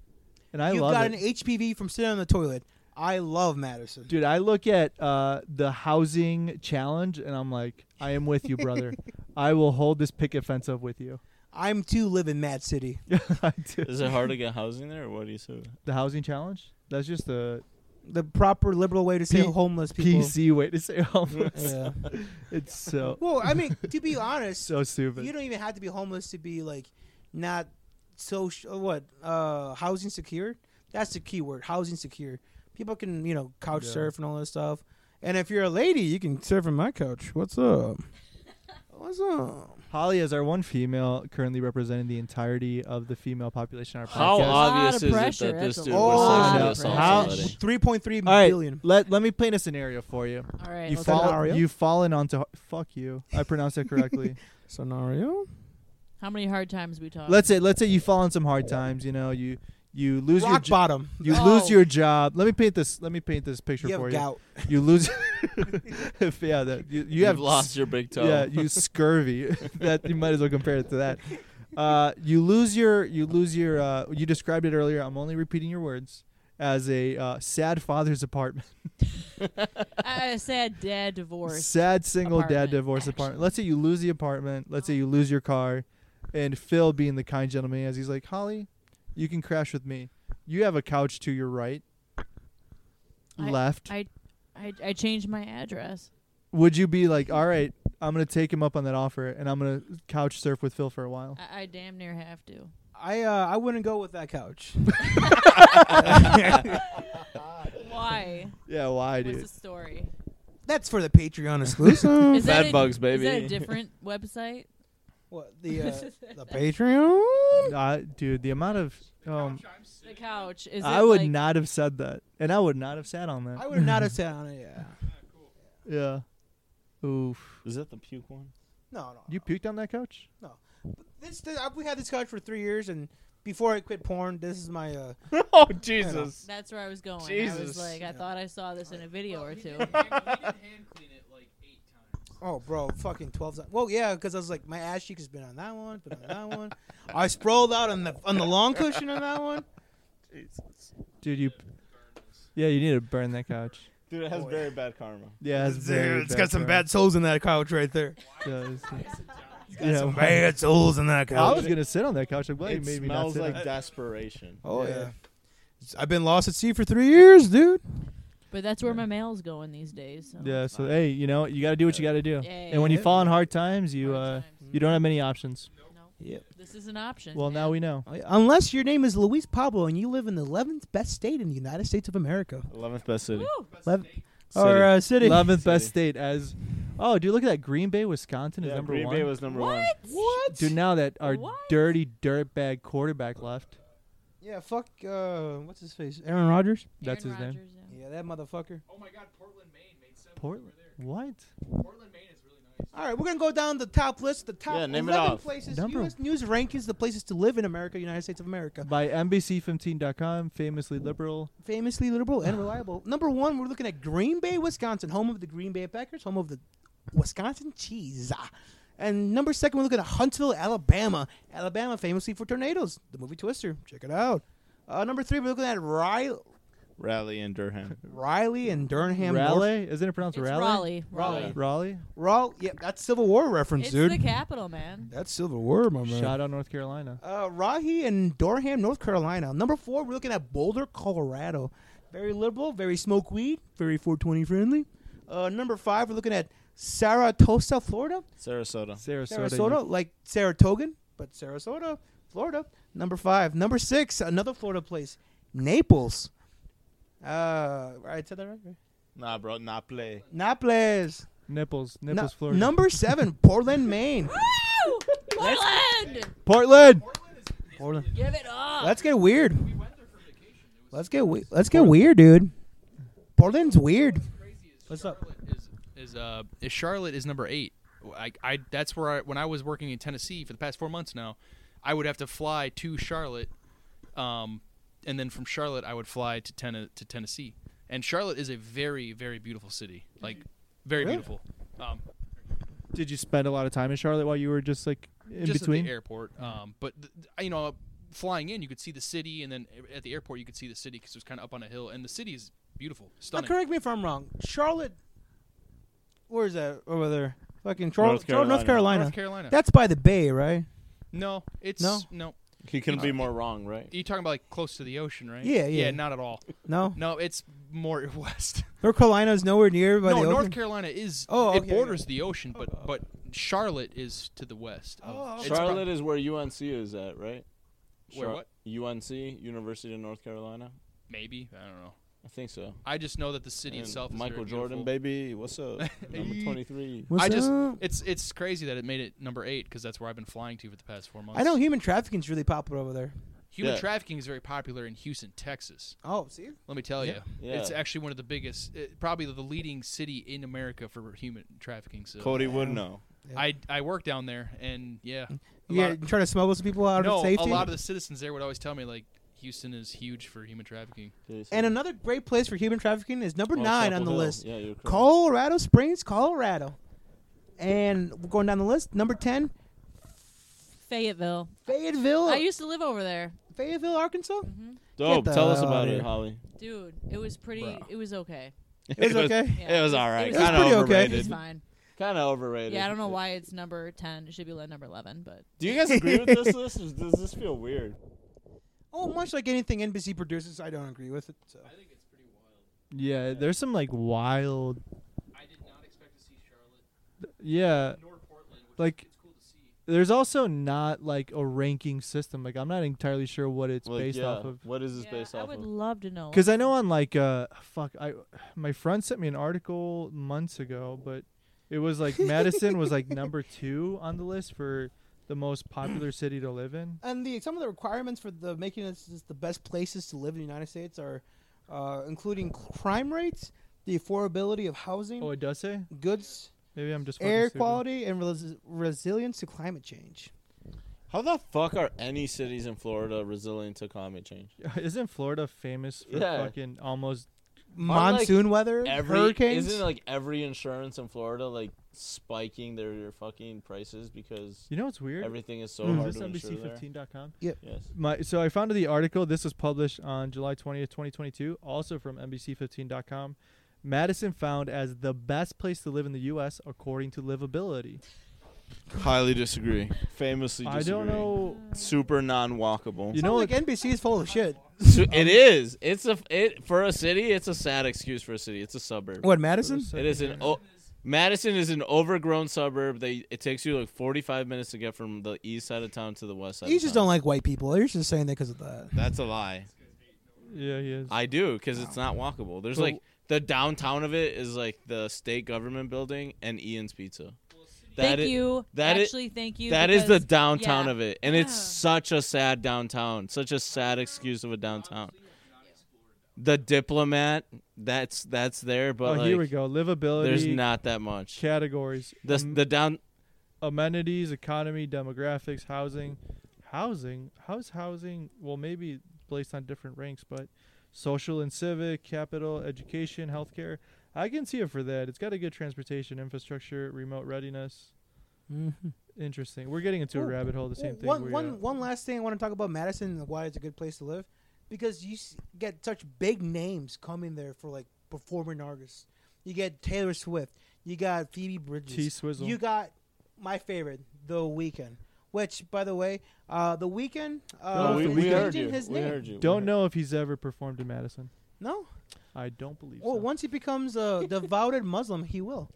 Speaker 3: and I
Speaker 2: You've
Speaker 3: love
Speaker 2: got an
Speaker 3: it,
Speaker 2: HPV from sitting on the toilet. I love Madison.
Speaker 3: dude. I look at uh, the housing challenge, and I'm like, I am
Speaker 2: (laughs)
Speaker 3: with you, brother. I will hold this picket fence up with you. (laughs)
Speaker 2: I'm too live in Mad City.
Speaker 3: I do.
Speaker 5: Is it hard to get housing there, or what do you say?
Speaker 3: The housing challenge. That's just the
Speaker 2: The proper liberal way to say
Speaker 3: P-
Speaker 2: homeless people.
Speaker 3: PC way to say homeless.
Speaker 2: Yeah.
Speaker 3: (laughs) It's so
Speaker 2: Well, I mean, to
Speaker 3: (laughs)
Speaker 2: be honest,
Speaker 3: so stupid.
Speaker 2: you don't even have to be homeless to be like not social. What uh, housing secure? That's the key word. Housing secure. People can you know couch
Speaker 3: Yeah.
Speaker 2: surf and all that stuff. And if you're a lady, you can surf on my couch. What's
Speaker 3: (laughs)
Speaker 2: up? What's up?
Speaker 3: Holly is our one female currently representing the entirety of the female population. on Our
Speaker 5: How
Speaker 3: podcast.
Speaker 6: Lot of
Speaker 5: obvious is
Speaker 6: pressure,
Speaker 5: it that this
Speaker 6: that's a
Speaker 5: dude
Speaker 2: lot
Speaker 5: was sexually
Speaker 3: of
Speaker 5: assaulting
Speaker 3: pressure.
Speaker 5: somebody?
Speaker 2: Three point three
Speaker 3: All right,
Speaker 2: billion.
Speaker 3: let let me paint a scenario for you.
Speaker 6: All right,
Speaker 3: you
Speaker 6: let's
Speaker 2: fall-
Speaker 6: go.
Speaker 3: fall,
Speaker 2: Scenario?
Speaker 3: you've fallen onto fuck you. I pronounced that
Speaker 6: (laughs)
Speaker 3: correctly.
Speaker 2: Scenario.
Speaker 6: How many hard times we talk? Uh,
Speaker 3: let's say let's say you fall on some hard times. You know you you lose your
Speaker 2: Rock
Speaker 3: jo-
Speaker 2: bottom.
Speaker 3: you
Speaker 6: Oh.
Speaker 3: lose your job. Let me paint this. Let me paint this picture
Speaker 2: You have
Speaker 3: for you.
Speaker 2: gout. (laughs)
Speaker 3: You lose. (laughs) if, yeah, that, you, you have
Speaker 5: You've lost your big toe.
Speaker 3: Yeah, you
Speaker 5: (laughs)
Speaker 3: scurvy. (laughs) that you might as well compare it to that. Uh, you lose your. You lose your. Uh, you described it earlier. I'm only repeating your words. As a uh, sad father's apartment,
Speaker 6: I said dad
Speaker 3: (laughs)
Speaker 6: divorce.
Speaker 3: sad single dad
Speaker 6: apartment,
Speaker 3: divorce
Speaker 6: actually.
Speaker 3: apartment. Let's say you lose the apartment. Let's say you lose your car, and Phil, being the kind gentleman, he is, he's like, Holly, you can crash with me. You have a couch to your right,
Speaker 6: I-
Speaker 3: left.
Speaker 6: I, I, I changed my address.
Speaker 3: would you be like, all right, I'm gonna take him up on that offer and I'm gonna couch surf with Phil for a while?
Speaker 6: I, I damn near have to.
Speaker 2: I uh, I wouldn't go with that couch.
Speaker 6: Why?
Speaker 3: Yeah, why,
Speaker 6: What's
Speaker 3: dude?
Speaker 6: the story?
Speaker 2: (laughs) That's for the Patreon exclusive.
Speaker 3: Mm.
Speaker 6: Is that
Speaker 5: Bed
Speaker 6: a-
Speaker 5: bugs,
Speaker 6: Is that
Speaker 5: baby.
Speaker 6: a different website?
Speaker 2: (laughs) what the uh, (laughs) the Patreon?
Speaker 3: Uh, dude, the amount of um,
Speaker 6: The couch is.
Speaker 3: I
Speaker 6: it
Speaker 3: would
Speaker 6: like-
Speaker 3: not have said that, and I would not have sat on that.
Speaker 2: I would (laughs) not have sat on it. Yeah.
Speaker 3: yeah. Oof.
Speaker 5: (laughs) Is that the puke one?
Speaker 2: No, no.
Speaker 3: You puked on that couch?
Speaker 2: This, this I- we had this couch for three years, and before I quit porn, this is my uh,
Speaker 5: (laughs) oh
Speaker 2: Jesus.
Speaker 6: That's where I was going. I was
Speaker 5: Jesus.
Speaker 6: like, I thought I saw this in a video
Speaker 3: (laughs)
Speaker 6: or two.
Speaker 2: oh bro, fucking twelve. Well, yeah, because I was like, my ass cheek has been on that one, been on that one. I sprawled out on the on the long cushion on that one.
Speaker 3: Dude, you. Yeah, you need to burn that couch.
Speaker 5: Dude, it has
Speaker 2: Boy.
Speaker 5: very bad karma.
Speaker 3: Yeah, it's very
Speaker 2: it's got some
Speaker 3: bad.
Speaker 2: bad souls in that couch right there.
Speaker 3: for him. Yeah, it's-
Speaker 2: It's got
Speaker 3: Yeah.
Speaker 2: some bad souls in that
Speaker 3: I
Speaker 2: couch.
Speaker 3: was gonna sit on that couch. I'm glad you
Speaker 5: it
Speaker 3: made me not
Speaker 5: smells
Speaker 3: sit
Speaker 5: like
Speaker 3: on it.
Speaker 5: desperation.
Speaker 2: oh yeah.
Speaker 3: yeah.
Speaker 2: I've been lost at sea for three years, dude.
Speaker 6: But that's where my mail's going these days. So.
Speaker 3: Yeah. So hey, you know you gotta do what you gotta do.
Speaker 6: Yeah,
Speaker 3: And when you
Speaker 6: yeah.
Speaker 3: fall in hard times, you
Speaker 6: Hard
Speaker 3: uh,
Speaker 6: times.
Speaker 3: you don't have many options.
Speaker 6: No,
Speaker 2: Yep.
Speaker 6: this is an option.
Speaker 3: Well, now
Speaker 6: man.
Speaker 3: we know.
Speaker 2: Oh, yeah. Unless your name is Luis Pablo and you live in the 11th best state in the United States of America.
Speaker 5: 11th best city.
Speaker 6: Woo!
Speaker 2: Eleven-
Speaker 5: City.
Speaker 2: Or uh, city.
Speaker 3: Eleventh
Speaker 5: City.
Speaker 3: best state as. Oh, dude, look at that. Green Bay, Wisconsin is
Speaker 5: Yeah,
Speaker 3: number
Speaker 5: Green
Speaker 3: one.
Speaker 5: Bay was number one.
Speaker 2: What?
Speaker 3: dude, now that our
Speaker 6: What?
Speaker 3: dirty dirtbag quarterback left.
Speaker 2: Yeah, fuck. Uh, what's his face? Aaron Rodgers?
Speaker 3: That's
Speaker 6: Aaron
Speaker 3: his name.
Speaker 6: Rodgers, yeah.
Speaker 2: Yeah, that motherfucker.
Speaker 7: Oh my God, Portland, Maine made seven.
Speaker 3: Portland. What?
Speaker 7: Portland, Maine is really nice.
Speaker 2: All right, we're going to go down the top list, the top
Speaker 5: Yeah, name it
Speaker 2: 11
Speaker 5: off.
Speaker 2: places.
Speaker 3: Number-
Speaker 2: U.S. News rankings, the places to live in America, United States of America.
Speaker 3: By NBC15.com, famously liberal.
Speaker 2: Famously liberal and (sighs) reliable. Number one, we're looking at Green Bay, Wisconsin, home of the Green Bay Packers, home of the Wisconsin cheese. And number second, we're looking at Huntsville, Alabama. Alabama, famously for tornadoes. The movie Twister. Check it out. Uh, number three, we're looking at Riley,
Speaker 5: Rally in Durham.
Speaker 3: (laughs)
Speaker 2: Riley and Durham. North-
Speaker 3: Raleigh? Isn't it pronounced
Speaker 6: It's
Speaker 3: Raleigh?
Speaker 6: Raleigh.
Speaker 5: Raleigh.
Speaker 6: Raleigh.
Speaker 3: Raleigh?
Speaker 2: Raw- yeah, that's Civil War reference,
Speaker 6: It's
Speaker 2: dude.
Speaker 6: the capital, man.
Speaker 2: that's Civil War, my man.
Speaker 3: Shot out North Carolina.
Speaker 2: Uh, Rahi and Durham, North Carolina. Number four, we're looking at Boulder, Colorado. Very liberal, very smoke weed, very 420 friendly. Uh, number five, we're looking at Saratosa, Florida.
Speaker 5: Sarasota.
Speaker 3: Sarasota.
Speaker 2: Sarasota, like Saratogan, but Sarasota, Florida. Number five. Number six, another Florida place, Naples. Uh, I said that right?
Speaker 5: Nah, bro, not play.
Speaker 2: Naples.
Speaker 3: Nipples.
Speaker 2: Nu-
Speaker 3: Nipples, Florida.
Speaker 2: Number seven, (laughs) Portland, Maine.
Speaker 6: Woo! Portland!
Speaker 3: Portland!
Speaker 2: Portland.
Speaker 6: Give it up.
Speaker 2: Let's get weird. Let's get we- let's get weird, dude. Portland's weird. What's up?
Speaker 7: Is is uh is Charlotte is number eight. I, I that's where I when I was working in Tennessee for the past four months now, I would have to fly to Charlotte, um, and then from Charlotte I would fly to ten- to Tennessee. And Charlotte is a very very beautiful city, like very
Speaker 2: Really?
Speaker 7: beautiful. Um,
Speaker 3: Did you spend a lot of time in Charlotte while you were just like in
Speaker 7: just at
Speaker 3: between?
Speaker 7: the airport. Um, but th- th- you know, flying in you could see the city, and then at the airport you could see the city because it was kind of up on a hill, and the city is beautiful,
Speaker 2: Now,
Speaker 7: stunning.
Speaker 2: correct me if I'm wrong. Charlotte, where is that over there? Fucking Charlotte, North Carolina. North
Speaker 5: Carolina.
Speaker 2: Carolina.
Speaker 7: North Carolina.
Speaker 2: That's by the bay, right?
Speaker 7: no, it's
Speaker 2: No?
Speaker 7: no.
Speaker 5: He couldn't be more wrong, right?
Speaker 7: You're talking about like close to the ocean, right?
Speaker 2: Yeah, yeah.
Speaker 7: Yeah, not at all.
Speaker 2: No,
Speaker 7: No, it's more (laughs) west.
Speaker 2: North Carolina is nowhere near (laughs) by
Speaker 7: no,
Speaker 2: the
Speaker 7: North
Speaker 2: ocean.
Speaker 7: Carolina is.
Speaker 2: Oh, okay,
Speaker 7: it borders the ocean, but but Charlotte is to the west. Of,
Speaker 2: Oh, okay.
Speaker 7: it's prob-
Speaker 5: Charlotte is where UNC is at, right?
Speaker 7: Where
Speaker 5: Char-
Speaker 7: what?
Speaker 5: UNC, University of North Carolina.
Speaker 7: maybe I don't know.
Speaker 5: I think so.
Speaker 7: I just know that the city
Speaker 5: And
Speaker 7: itself. Is very
Speaker 5: Michael Jordan,
Speaker 7: beautiful.
Speaker 5: baby. What's
Speaker 7: (laughs)
Speaker 5: up? Number 23.
Speaker 2: What's
Speaker 7: I just
Speaker 2: up?
Speaker 7: it's it's crazy that it made it number eight because that's where I've been flying to for the past four months.
Speaker 2: I know human trafficking's really popular over there.
Speaker 7: human
Speaker 5: Yeah.
Speaker 7: trafficking is very popular in Houston, Texas.
Speaker 2: Oh, see,
Speaker 7: Let me tell
Speaker 5: Yeah.
Speaker 7: you,
Speaker 5: Yeah.
Speaker 7: it's actually one of the biggest, uh, probably the leading city in America for human trafficking. So
Speaker 5: Cody would know.
Speaker 7: I I work down there, and yeah, a
Speaker 2: you
Speaker 7: lot-
Speaker 2: trying to smuggle some people out
Speaker 7: no,
Speaker 2: of safety.
Speaker 7: a lot of the citizens there would always tell me like Houston is huge for human trafficking.
Speaker 2: And another great place for human trafficking is number
Speaker 5: Oh,
Speaker 2: nine
Speaker 5: Chapel
Speaker 2: on the
Speaker 5: Hill.
Speaker 2: list.
Speaker 5: Yeah, you're correct.
Speaker 2: Colorado Springs, Colorado. And we're going down the list. Number 10,
Speaker 6: Fayetteville.
Speaker 3: Oh.
Speaker 2: Fayetteville.
Speaker 6: I used to live over there,
Speaker 2: Fayetteville, Arkansas?
Speaker 5: Dope.
Speaker 2: the
Speaker 5: Tell us
Speaker 2: hell
Speaker 5: about
Speaker 2: outta
Speaker 5: it,
Speaker 2: here.
Speaker 5: Holly.
Speaker 6: dude. It was pretty.
Speaker 7: Bruh.
Speaker 6: It
Speaker 5: (laughs)
Speaker 6: was okay.
Speaker 5: It
Speaker 2: was okay?
Speaker 6: Yeah,
Speaker 5: It was all right.
Speaker 6: It was,
Speaker 5: Kind
Speaker 2: pretty
Speaker 5: of
Speaker 2: okay.
Speaker 6: It was
Speaker 5: overrated.
Speaker 6: fine.
Speaker 5: Kind of overrated.
Speaker 6: Yeah, I don't know why it's number ten. It should be like number eleven, but
Speaker 5: Do you guys agree
Speaker 2: (laughs)
Speaker 5: with this list? Or does this feel weird?
Speaker 2: Oh, much like anything NBC produces, I don't agree with it. So.
Speaker 3: Yeah, there's some like wild.
Speaker 7: I did not expect to see Charlotte
Speaker 3: Yeah,
Speaker 7: nor Portland, which
Speaker 3: like
Speaker 7: cool to see.
Speaker 3: there's also not like a ranking system. Like I'm not entirely sure what it's
Speaker 5: Like,
Speaker 3: based
Speaker 5: yeah,
Speaker 3: off of.
Speaker 5: What is this based
Speaker 6: I
Speaker 5: off
Speaker 6: would
Speaker 5: of?
Speaker 6: love to know.
Speaker 3: Because I know on like uh fuck I my friend sent me an article months ago, but it
Speaker 2: (laughs)
Speaker 3: was like Madison was like number two on the list for the most popular city to live in.
Speaker 2: And the some of the requirements for the making us just the best places to live in the United States are uh, including crime rates, the affordability of housing,
Speaker 3: Oh, it does say.
Speaker 2: goods,
Speaker 3: Maybe I'm just fucking
Speaker 2: air
Speaker 3: stupid. (laughs)
Speaker 2: quality, and res- resilience to climate change.
Speaker 5: How the fuck are any cities in Florida resilient to climate change?
Speaker 3: Isn't Florida famous for
Speaker 5: Yeah.
Speaker 3: fucking almost?
Speaker 5: Aren't, like,
Speaker 2: Monsoon weather,
Speaker 5: Every
Speaker 2: hurricanes.
Speaker 5: isn't like every insurance in Florida like spiking their, their fucking prices because
Speaker 3: You know what's weird?
Speaker 5: everything is so
Speaker 2: Mm.
Speaker 5: hard
Speaker 3: Is
Speaker 5: to
Speaker 3: this
Speaker 5: insure there.
Speaker 3: NBC15.com?
Speaker 5: Yes.
Speaker 3: My so I found the article. This was published on July 20th, 2022, also from NBC15.com. Madison found as the best place to live in the U.S. according to livability.
Speaker 5: Highly disagree. Famously
Speaker 3: I don't know.
Speaker 5: Super non-walkable.
Speaker 3: You
Speaker 2: Sounds
Speaker 3: know
Speaker 2: like NBC is full of shit.
Speaker 5: So it is. It's a it for a city. It's a sad excuse for a city. It's a suburb.
Speaker 2: What Madison?
Speaker 5: It is an o- Madison is an overgrown suburb. They it takes you like 45 minutes to get from the east side of town to the west side.
Speaker 2: You
Speaker 5: of
Speaker 2: just
Speaker 5: town.
Speaker 2: don't like white people. You're just saying that because of that.
Speaker 5: That's a lie.
Speaker 3: Yeah, he is.
Speaker 5: I do because it's not walkable. There's
Speaker 3: So-
Speaker 5: like the downtown of it is like the state government building and Ian's Pizza. That
Speaker 6: thank
Speaker 5: i-
Speaker 6: you.
Speaker 5: that i-
Speaker 6: Actually, thank you.
Speaker 5: That is the
Speaker 6: because-
Speaker 5: downtown
Speaker 6: yeah.
Speaker 5: of it, and it's
Speaker 6: Yeah.
Speaker 5: such a sad downtown. Such a sad excuse of a downtown. The diplomat, that's that's there, but
Speaker 3: oh,
Speaker 5: like,
Speaker 3: here we go. Livability.
Speaker 5: there's not that much.
Speaker 3: categories. Mm.
Speaker 5: The
Speaker 3: Am-
Speaker 5: the down
Speaker 3: amenities, economy, demographics, housing, housing. How's housing? Well, maybe placed on different ranks, but social and civic, capital, education, healthcare. I can see it for that. It's got a good transportation infrastructure, remote readiness. Interesting. We're getting into a
Speaker 2: Mm-hmm. Well,
Speaker 3: rabbit hole. The same thing. uh,
Speaker 2: One,
Speaker 3: we
Speaker 2: one,
Speaker 3: got.
Speaker 2: one last thing I want to talk about Madison and why it's a good place to live, because you s- get such big names coming there for like performing artists. You get Taylor Swift, you got Phoebe Bridges,
Speaker 3: T Swizzle.
Speaker 2: you got my favorite, The Weeknd. Which, by the way, uh, The Weeknd. Uh,
Speaker 3: No, Oh, we-
Speaker 2: is
Speaker 3: we heard
Speaker 2: changing His name.
Speaker 5: you.
Speaker 3: Don't know if he's ever performed in Madison.
Speaker 2: No.
Speaker 3: I don't believe
Speaker 2: Well,
Speaker 3: so.
Speaker 2: once he becomes
Speaker 3: (laughs)
Speaker 2: a devoted Muslim, he will.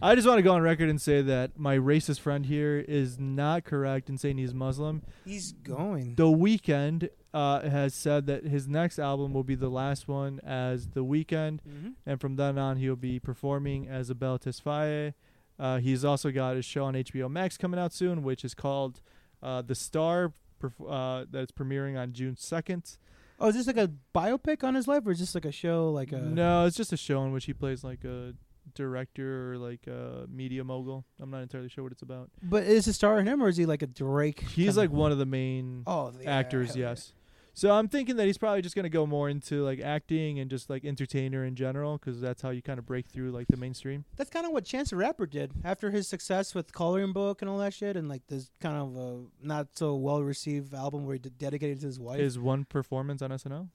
Speaker 3: I just want to go on record and say that my racist friend here is not correct in saying he's Muslim.
Speaker 2: He's going.
Speaker 3: The Weeknd uh, has said that his next album will be the last one as The Weeknd,
Speaker 2: Mhm.
Speaker 3: and from then on he'll be performing as Abel Tesfaye. Uh, he's also got a show on HBO Max coming out soon, which is called uh, The Star, perf- uh, that's premiering on June second.
Speaker 2: Oh, is this like a biopic on his life, or is this like a show, like a?
Speaker 3: No, it's just a show in which he plays like a director or like a media mogul. I'm not entirely sure what
Speaker 2: (laughs)
Speaker 3: it's about.
Speaker 2: But is it starring him, or is he like a Drake?
Speaker 3: He's
Speaker 2: kinda-
Speaker 3: like one of the main
Speaker 2: Oh, yeah,
Speaker 3: actors,
Speaker 2: hell yeah.
Speaker 3: yes. So I'm thinking that he's probably just gonna go more into like acting and just like entertainer in general, because that's how you kind of break through like the mainstream.
Speaker 2: That's kind of what Chance the Rapper did after his success with Coloring Book and all that shit, and like this kind of uh, not so well received album where he d- dedicated to his wife.
Speaker 3: Is one performance on SNL?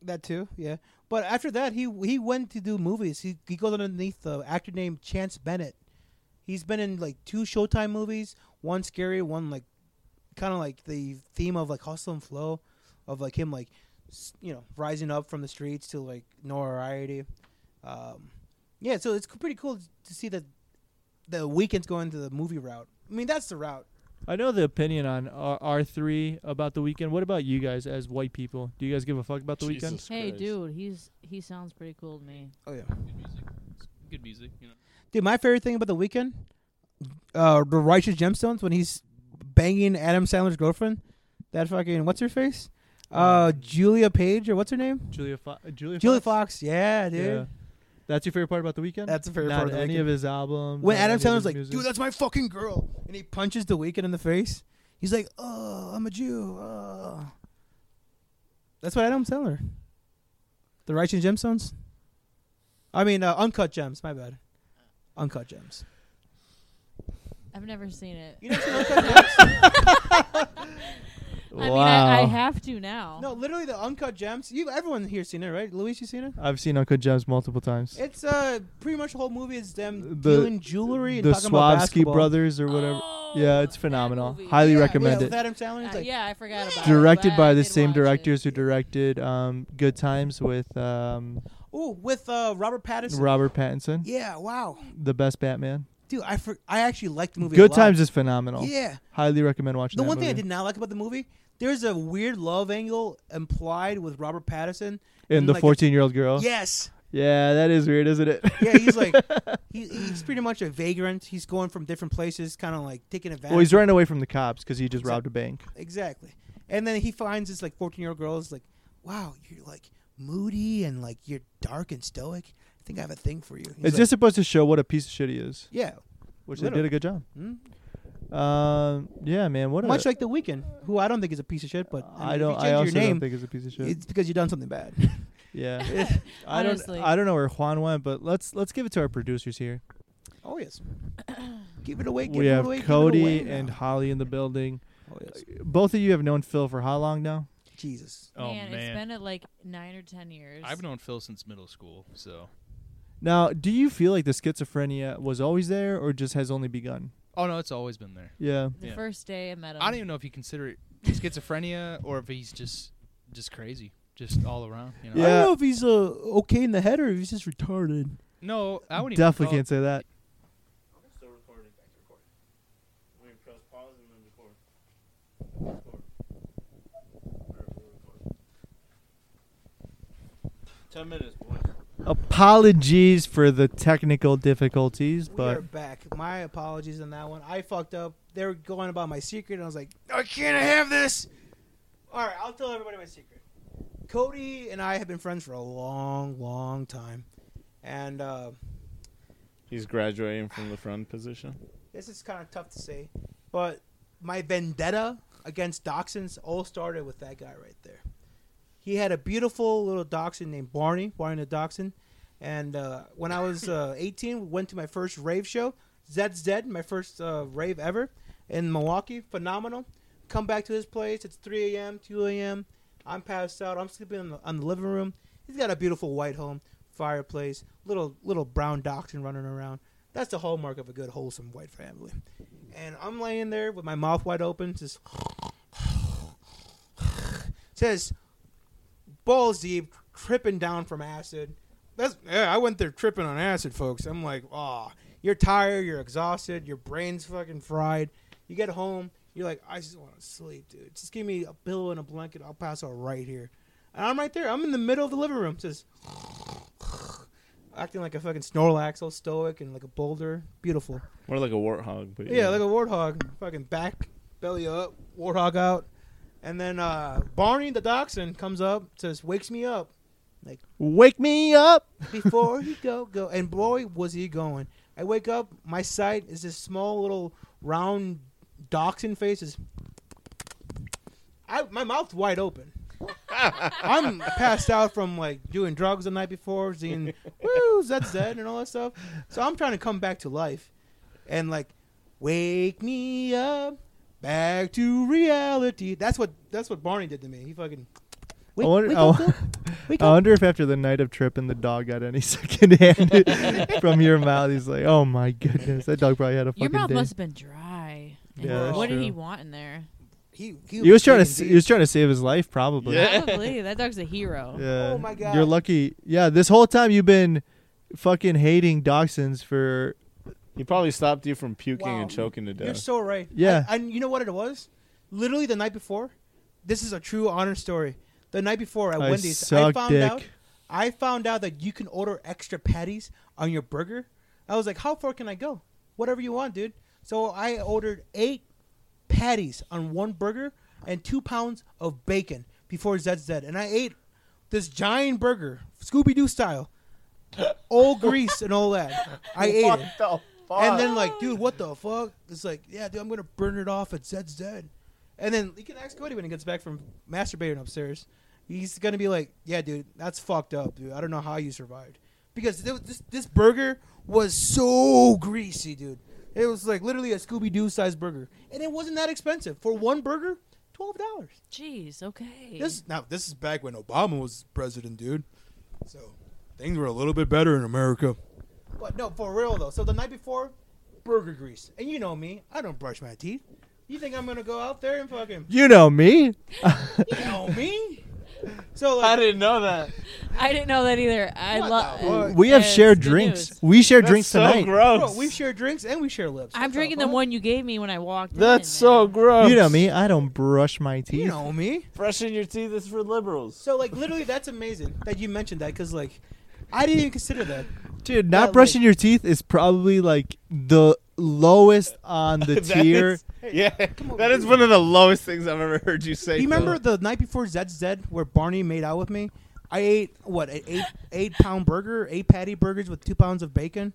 Speaker 2: that too, yeah. But after that, he he went to do movies. He he goes underneath the actor named Chance Bennett. He's been in like two Showtime movies, one scary, one like kind of like the theme of like hustle and flow, of like him like s- you know rising up from the streets to like notoriety. Um, yeah, so it's pretty cool to see that the weekend's going to the movie route. I mean, that's the route.
Speaker 3: I know the opinion on R three about the weekend. What about you guys as white people? Do you guys give a fuck about the weekend?
Speaker 6: Hey, dude, he's he sounds pretty cool to me.
Speaker 2: Oh yeah,
Speaker 7: Good music. It's Good music, you know.
Speaker 2: dude. My favorite thing about the weekend, uh, the Righteous Gemstones when he's banging Adam Sandler's girlfriend, that fucking what's her face, uh,
Speaker 3: Um,
Speaker 2: Julia Page or what's her name,
Speaker 3: Julia, Fo- uh, Julia,
Speaker 2: Julia
Speaker 3: Fox.
Speaker 2: Fox. Yeah, dude.
Speaker 3: Yeah. That's your favorite part about the weekend.
Speaker 2: That's a favorite
Speaker 3: Not
Speaker 2: part of the
Speaker 3: any
Speaker 2: weekend.
Speaker 3: of his albums.
Speaker 2: when
Speaker 3: not
Speaker 2: Adam
Speaker 3: any
Speaker 2: Sandler's
Speaker 3: of his
Speaker 2: like,
Speaker 3: music.
Speaker 2: "Dude, that's my fucking girl," and he punches the weekend in the face, he's like, "Oh, I'm a Jew." Uh. Oh." That's what Adam Sandler. The Righteous Gemstones. I mean, uh, Uncut Gems. My bad. Uncut Gems.
Speaker 6: I've never seen it.
Speaker 2: You never seen
Speaker 6: (laughs)
Speaker 2: Uncut Gems?
Speaker 6: I mean, I, I have to now.
Speaker 2: No, literally the Uncut Gems. You, everyone here seen it, right? Luis, you seen it?
Speaker 3: I've seen Uncut Gems multiple times.
Speaker 2: It's uh pretty much the whole movie is them
Speaker 3: The-
Speaker 2: dealing jewelry and
Speaker 3: the
Speaker 2: talking about
Speaker 3: Swarovski
Speaker 2: basketball.
Speaker 3: brothers or whatever.
Speaker 6: Oh,
Speaker 3: yeah, it's
Speaker 6: that
Speaker 3: phenomenal.
Speaker 6: movie.
Speaker 3: Highly
Speaker 2: Yeah,
Speaker 3: recommend
Speaker 2: yeah,
Speaker 3: it.
Speaker 2: With Adam Sandler, it's
Speaker 6: Uh,
Speaker 2: like,
Speaker 6: yeah, I forgot about it.
Speaker 3: Directed
Speaker 6: but
Speaker 3: by
Speaker 6: I
Speaker 3: the
Speaker 6: did
Speaker 3: same
Speaker 6: watch it.
Speaker 3: directors who directed um, Good Times with um,
Speaker 2: ooh, with uh, Robert Pattinson.
Speaker 3: Robert Pattinson,
Speaker 2: Yeah, wow,
Speaker 3: the best Batman.
Speaker 2: dude, I for, I actually liked the movie. a
Speaker 3: Good
Speaker 2: lot.
Speaker 3: Times is phenomenal.
Speaker 2: Yeah,
Speaker 3: Highly recommend watching.
Speaker 2: the
Speaker 3: that
Speaker 2: one thing I
Speaker 3: movie.
Speaker 2: did not like about the movie, there's a weird love angle implied with Robert Pattinson.
Speaker 3: and the
Speaker 2: like,
Speaker 3: fourteen-year-old girl.
Speaker 2: Yes.
Speaker 3: Yeah, that is weird, isn't it?
Speaker 2: Yeah, he's like, he, he's pretty much a vagrant. He's going from different places, kind of like taking advantage.
Speaker 3: well, he's running away from the cops because he just robbed a bank.
Speaker 2: Exactly. And then he finds this like 14 year old girl is like, wow, you're like moody and like you're dark and stoic. I think I have a thing for you. He's
Speaker 3: It's
Speaker 2: like,
Speaker 3: just supposed to show what a piece of shit he is,
Speaker 2: yeah,
Speaker 3: which they did
Speaker 2: Literally.
Speaker 3: a good job.
Speaker 2: Hmm.
Speaker 3: Um, yeah, man. What?
Speaker 2: much
Speaker 3: a,
Speaker 2: like the weekend, who I don't think is a piece of shit, but I, mean,
Speaker 3: I
Speaker 2: if
Speaker 3: don't.
Speaker 2: You
Speaker 3: I
Speaker 2: change
Speaker 3: also
Speaker 2: your name,
Speaker 3: don't think it's a piece of shit.
Speaker 2: it's because you've done something
Speaker 3: (laughs)
Speaker 2: bad. (laughs)
Speaker 3: yeah. I don't.
Speaker 6: Honestly.
Speaker 3: I don't know where Juan went, but let's let's give it to our producers here.
Speaker 2: oh yes, give it away. Give
Speaker 3: we
Speaker 2: it
Speaker 3: have
Speaker 2: away, give it
Speaker 3: Cody
Speaker 2: away
Speaker 3: and
Speaker 2: now.
Speaker 3: Holly in the building.
Speaker 2: oh yes,
Speaker 3: Both of you have known Phil for how long now?
Speaker 2: Jesus.
Speaker 7: Oh
Speaker 6: man,
Speaker 7: man,
Speaker 6: it's been at like nine or ten years.
Speaker 7: I've known Phil since middle school, so.
Speaker 3: Now, do you feel like the schizophrenia was always there, or just has only begun?
Speaker 7: Oh no, it's always been there.
Speaker 3: Yeah.
Speaker 6: the
Speaker 7: yeah.
Speaker 6: first day I met him.
Speaker 7: I don't even know if you consider it schizophrenia or if he's just just crazy, just all around. You know?
Speaker 3: Yeah.
Speaker 2: I don't know if he's uh, okay in the head or if he's just retarded.
Speaker 7: No, I wouldn't.
Speaker 3: Definitely
Speaker 7: even call-
Speaker 3: can't say that.
Speaker 5: Still recording. Back to recording. We press pause and then record. Ten minutes, boy.
Speaker 3: Apologies for the technical difficulties,
Speaker 2: we are
Speaker 3: but
Speaker 2: back. My apologies on that one. I fucked up. They were going about my secret, and I was like, I can't have this. All right, I'll tell everybody my secret. Cody and I have been friends for a long, long time, and uh,
Speaker 5: He's graduating from the front position.
Speaker 2: this is kind of tough to say, but my vendetta against dachshunds all started with that guy right there. He had a beautiful little dachshund named Barney, Barney the dachshund. And uh, when I was uh, 18, we went to my first rave show, Zed's Dead, my first uh, rave ever in Milwaukee. Phenomenal. Come back to his place. It's 3 a.m., 2 a.m. I'm passed out. I'm sleeping in the, on the living room. He's got a beautiful white home, fireplace, little little brown dachshund running around. That's the hallmark of a good, wholesome white family. And I'm laying there with my mouth wide open, just says balls deep, tripping down from acid. That's yeah, I went there tripping on acid, folks. I'm like, ah, you're tired, you're exhausted, your brain's fucking fried. You get home, you're like, I just want to sleep, dude. Just give me a pillow and a blanket. I'll pass out right here. And I'm right there. I'm in the middle of the living room. Just acting like a fucking Snorlax, all stoic and like a boulder. Beautiful.
Speaker 5: More like a warthog, but
Speaker 2: Yeah, like a warthog. Fucking back, belly up, warthog out. And then uh, Barney the dachshund comes up, says, wakes me up.
Speaker 3: wake me up.
Speaker 2: Before he go, go. And boy, was he going. I wake up, my sight is this small little round dachshund face. Is I, my mouth's wide open. I'm passed out from like doing drugs the night before, seeing woo, that's dead and all that stuff. So I'm trying to come back to life and like wake me up back to reality. That's what that's what Barney did to me. He fucking wake,
Speaker 3: I wonder,
Speaker 2: wake
Speaker 3: I,
Speaker 2: up,
Speaker 3: wo-
Speaker 2: girl. wake
Speaker 3: (laughs) I
Speaker 2: up.
Speaker 3: wonder if after the night of tripping, the dog got any (laughs) second hand (laughs) from your mouth. He's like, oh my goodness, that dog probably had a
Speaker 6: Your
Speaker 3: fucking
Speaker 6: mouth
Speaker 3: day.
Speaker 6: must have been dry. And
Speaker 3: Yeah, that's
Speaker 6: what did he
Speaker 3: true.
Speaker 6: want in there?
Speaker 2: He,
Speaker 3: he was trying to
Speaker 2: digging
Speaker 3: sa-
Speaker 2: deep.
Speaker 3: he was trying to save his life, probably.
Speaker 5: Yeah.
Speaker 6: Probably that dog's a hero.
Speaker 3: (laughs) Yeah.
Speaker 2: Oh my God.
Speaker 3: You're lucky. Yeah, this whole time you've been fucking hating dachshunds for
Speaker 5: he probably stopped you from puking
Speaker 2: Wow.
Speaker 5: and choking to death.
Speaker 2: You're so right.
Speaker 3: Yeah.
Speaker 2: I- and you know what it was? Literally the night before. This is a true honor story. The night before at
Speaker 3: I
Speaker 2: Wendy's, I
Speaker 3: suck
Speaker 2: found
Speaker 3: dick.
Speaker 2: out. I found out that you can order extra patties on your burger. I was like, how far can I go? Whatever you want, dude. So I ordered eight patties on one burger and two pounds of bacon before ZZ. And I ate this giant burger, Scooby Doo style,
Speaker 3: (laughs)
Speaker 2: all grease and all that. I ate it. And then like, dude, what the fuck? It's like, yeah, dude, I'm gonna burn it off at Zed's dead. And then you can ask Cody when he gets back from masturbating upstairs. he's gonna be like, "Yeah, dude, that's fucked up, dude. I don't know how you survived because th- this this burger was so greasy, dude. It was like literally a Scooby Doo sized burger, and it wasn't that expensive for one burger, twelve dollars.
Speaker 6: Jeez, okay.
Speaker 2: This now this is back when Obama was president, dude. So things were a little bit better in America. But no, for real though. So the night before, burger grease, and you know me, I don't brush my teeth. You think I'm gonna go out there and fucking
Speaker 3: You know me.
Speaker 2: you know me? So
Speaker 4: I
Speaker 2: like,
Speaker 4: didn't know that.
Speaker 6: I didn't know that either. I
Speaker 2: What the
Speaker 6: love.
Speaker 2: fuck?
Speaker 3: We have
Speaker 6: It's
Speaker 3: shared
Speaker 6: good
Speaker 3: drinks.
Speaker 6: news.
Speaker 3: We share
Speaker 5: That's
Speaker 3: drinks
Speaker 5: so
Speaker 3: tonight.
Speaker 5: gross.
Speaker 2: bro, we share drinks and we share lips.
Speaker 6: I'm
Speaker 2: What
Speaker 6: drinking the
Speaker 2: fuck?
Speaker 6: one you gave me when I walked in.
Speaker 4: That's so gross.
Speaker 3: You know me. I don't brush my teeth.
Speaker 2: You know me.
Speaker 4: Brushing your teeth is for liberals.
Speaker 2: So like literally, that's amazing that you mentioned that because like. I didn't even consider that.
Speaker 3: Dude,
Speaker 2: Yeah,
Speaker 3: not
Speaker 2: like-
Speaker 3: brushing your teeth is probably like the lowest on the
Speaker 5: (laughs) That
Speaker 3: tier.
Speaker 5: is- yeah, (laughs) that is one of the lowest things I've ever heard you say.
Speaker 2: You remember
Speaker 5: Phil.
Speaker 2: the night before ZZ where Barney made out with me? I ate what an eight eight pound burger, eight patty burgers with two pounds of bacon.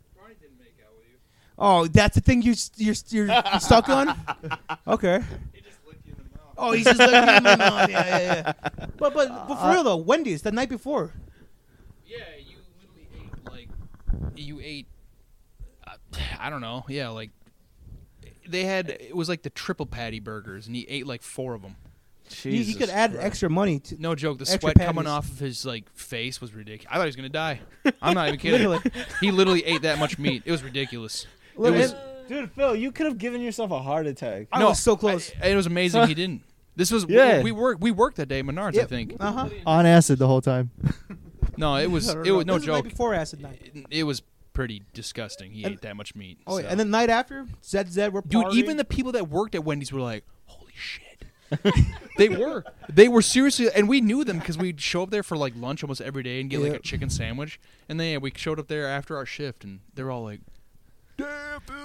Speaker 2: Oh, that's the thing you s- you're s- you're you're stuck on. Okay. Oh, he's just looking at my mouth. Yeah, yeah, yeah. But but, but for real though, Wendy's the night before.
Speaker 7: Yeah, you literally ate like you ate. Uh, I don't know. Yeah, like they had it was like the triple patty burgers, and he ate like four of them.
Speaker 2: You, you could add extra money to.
Speaker 7: No joke, the
Speaker 2: Extra
Speaker 7: sweat coming
Speaker 2: patties.
Speaker 7: off of his like face was ridiculous. I thought he was gonna die. I'm
Speaker 2: (laughs)
Speaker 7: not even kidding.
Speaker 2: Literally.
Speaker 7: He literally ate that much meat. It was ridiculous.
Speaker 2: Look,
Speaker 7: it was-
Speaker 4: Dude, Phil, you could have given yourself a heart attack.
Speaker 2: I
Speaker 7: no,
Speaker 2: was so close.
Speaker 7: I- it was amazing he didn't. This was
Speaker 4: Yeah.
Speaker 7: we, we worked we worked that day at Menards, I
Speaker 2: Yep.
Speaker 7: think.
Speaker 2: Uh huh.
Speaker 3: on acid the whole time.
Speaker 7: No,
Speaker 2: (laughs)
Speaker 7: it was it was no
Speaker 2: this
Speaker 7: joke.
Speaker 2: Night before acid night.
Speaker 7: It, it was pretty disgusting. He
Speaker 2: And-
Speaker 7: ate that much meat.
Speaker 2: Oh, yeah.
Speaker 7: so.
Speaker 2: and the night after ZZ we're
Speaker 7: dude, even the people that worked at Wendy's were like, "Holy shit." (laughs) they were. They were seriously, and we knew them because we'd show up there for like lunch almost every day and get like
Speaker 2: Yeah.
Speaker 7: a chicken sandwich. And then yeah, we showed up there after our shift, and they were all like,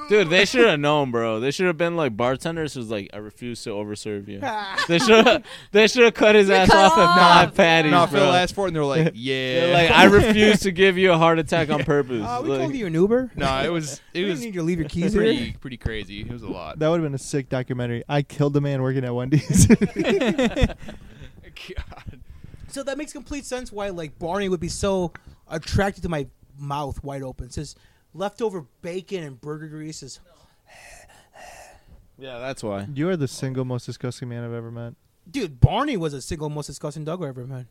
Speaker 5: Dude, they should have known, bro. They should have been like bartenders who's like, I refuse to overserve
Speaker 2: (laughs)
Speaker 5: you.
Speaker 2: Uh,
Speaker 5: they should they should have cut his ass
Speaker 6: cut
Speaker 5: off at
Speaker 6: off.
Speaker 5: five patties,
Speaker 7: No,
Speaker 5: bro.
Speaker 7: Phil asked for it, and they're like,
Speaker 5: (laughs)
Speaker 7: "Yeah."
Speaker 5: They're like, I
Speaker 7: (laughs)
Speaker 5: refuse to give you a heart attack
Speaker 3: (laughs)
Speaker 5: on purpose.
Speaker 3: Oh,
Speaker 2: Uh, we
Speaker 5: Like,
Speaker 2: told you an Uber.
Speaker 7: no, it was it
Speaker 2: You didn't
Speaker 7: was
Speaker 2: need to leave your keys here.
Speaker 7: pretty pretty crazy. It was a lot.
Speaker 3: That would have been a sick documentary. I killed a man working at
Speaker 5: (laughs)
Speaker 3: Wendy's.
Speaker 7: (laughs)
Speaker 3: (laughs)
Speaker 7: God.
Speaker 2: So that makes complete sense why like Barney would be so attracted to my mouth wide open. Says leftover bacon and burger grease is
Speaker 5: yeah, that's why.
Speaker 3: you are the single most disgusting man I've ever met.
Speaker 2: dude, Barney was a single most disgusting dog I ever had.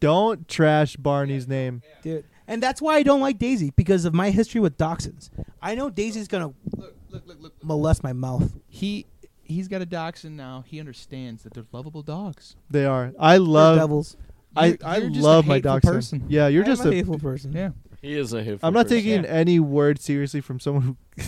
Speaker 3: Don't trash Barney's name.
Speaker 2: Dude. And that's why I don't like Daisy, because of my history with dachshunds. I know Daisy's gonna
Speaker 7: Look, look, look, look.
Speaker 2: molest my mouth.
Speaker 7: He he's got a dachshund now. He understands that they're lovable dogs.
Speaker 3: They are. I
Speaker 2: They're
Speaker 3: love.
Speaker 2: devils.
Speaker 3: I
Speaker 7: You're-
Speaker 3: I
Speaker 7: you're just a
Speaker 3: love my
Speaker 7: hateful
Speaker 3: dachshund.
Speaker 7: person.
Speaker 3: Yeah, you're just
Speaker 2: I'm
Speaker 3: a.
Speaker 2: a hateful person.
Speaker 7: Yeah.
Speaker 5: He is a hit.
Speaker 3: I'm not taking any word seriously from someone who
Speaker 5: (laughs)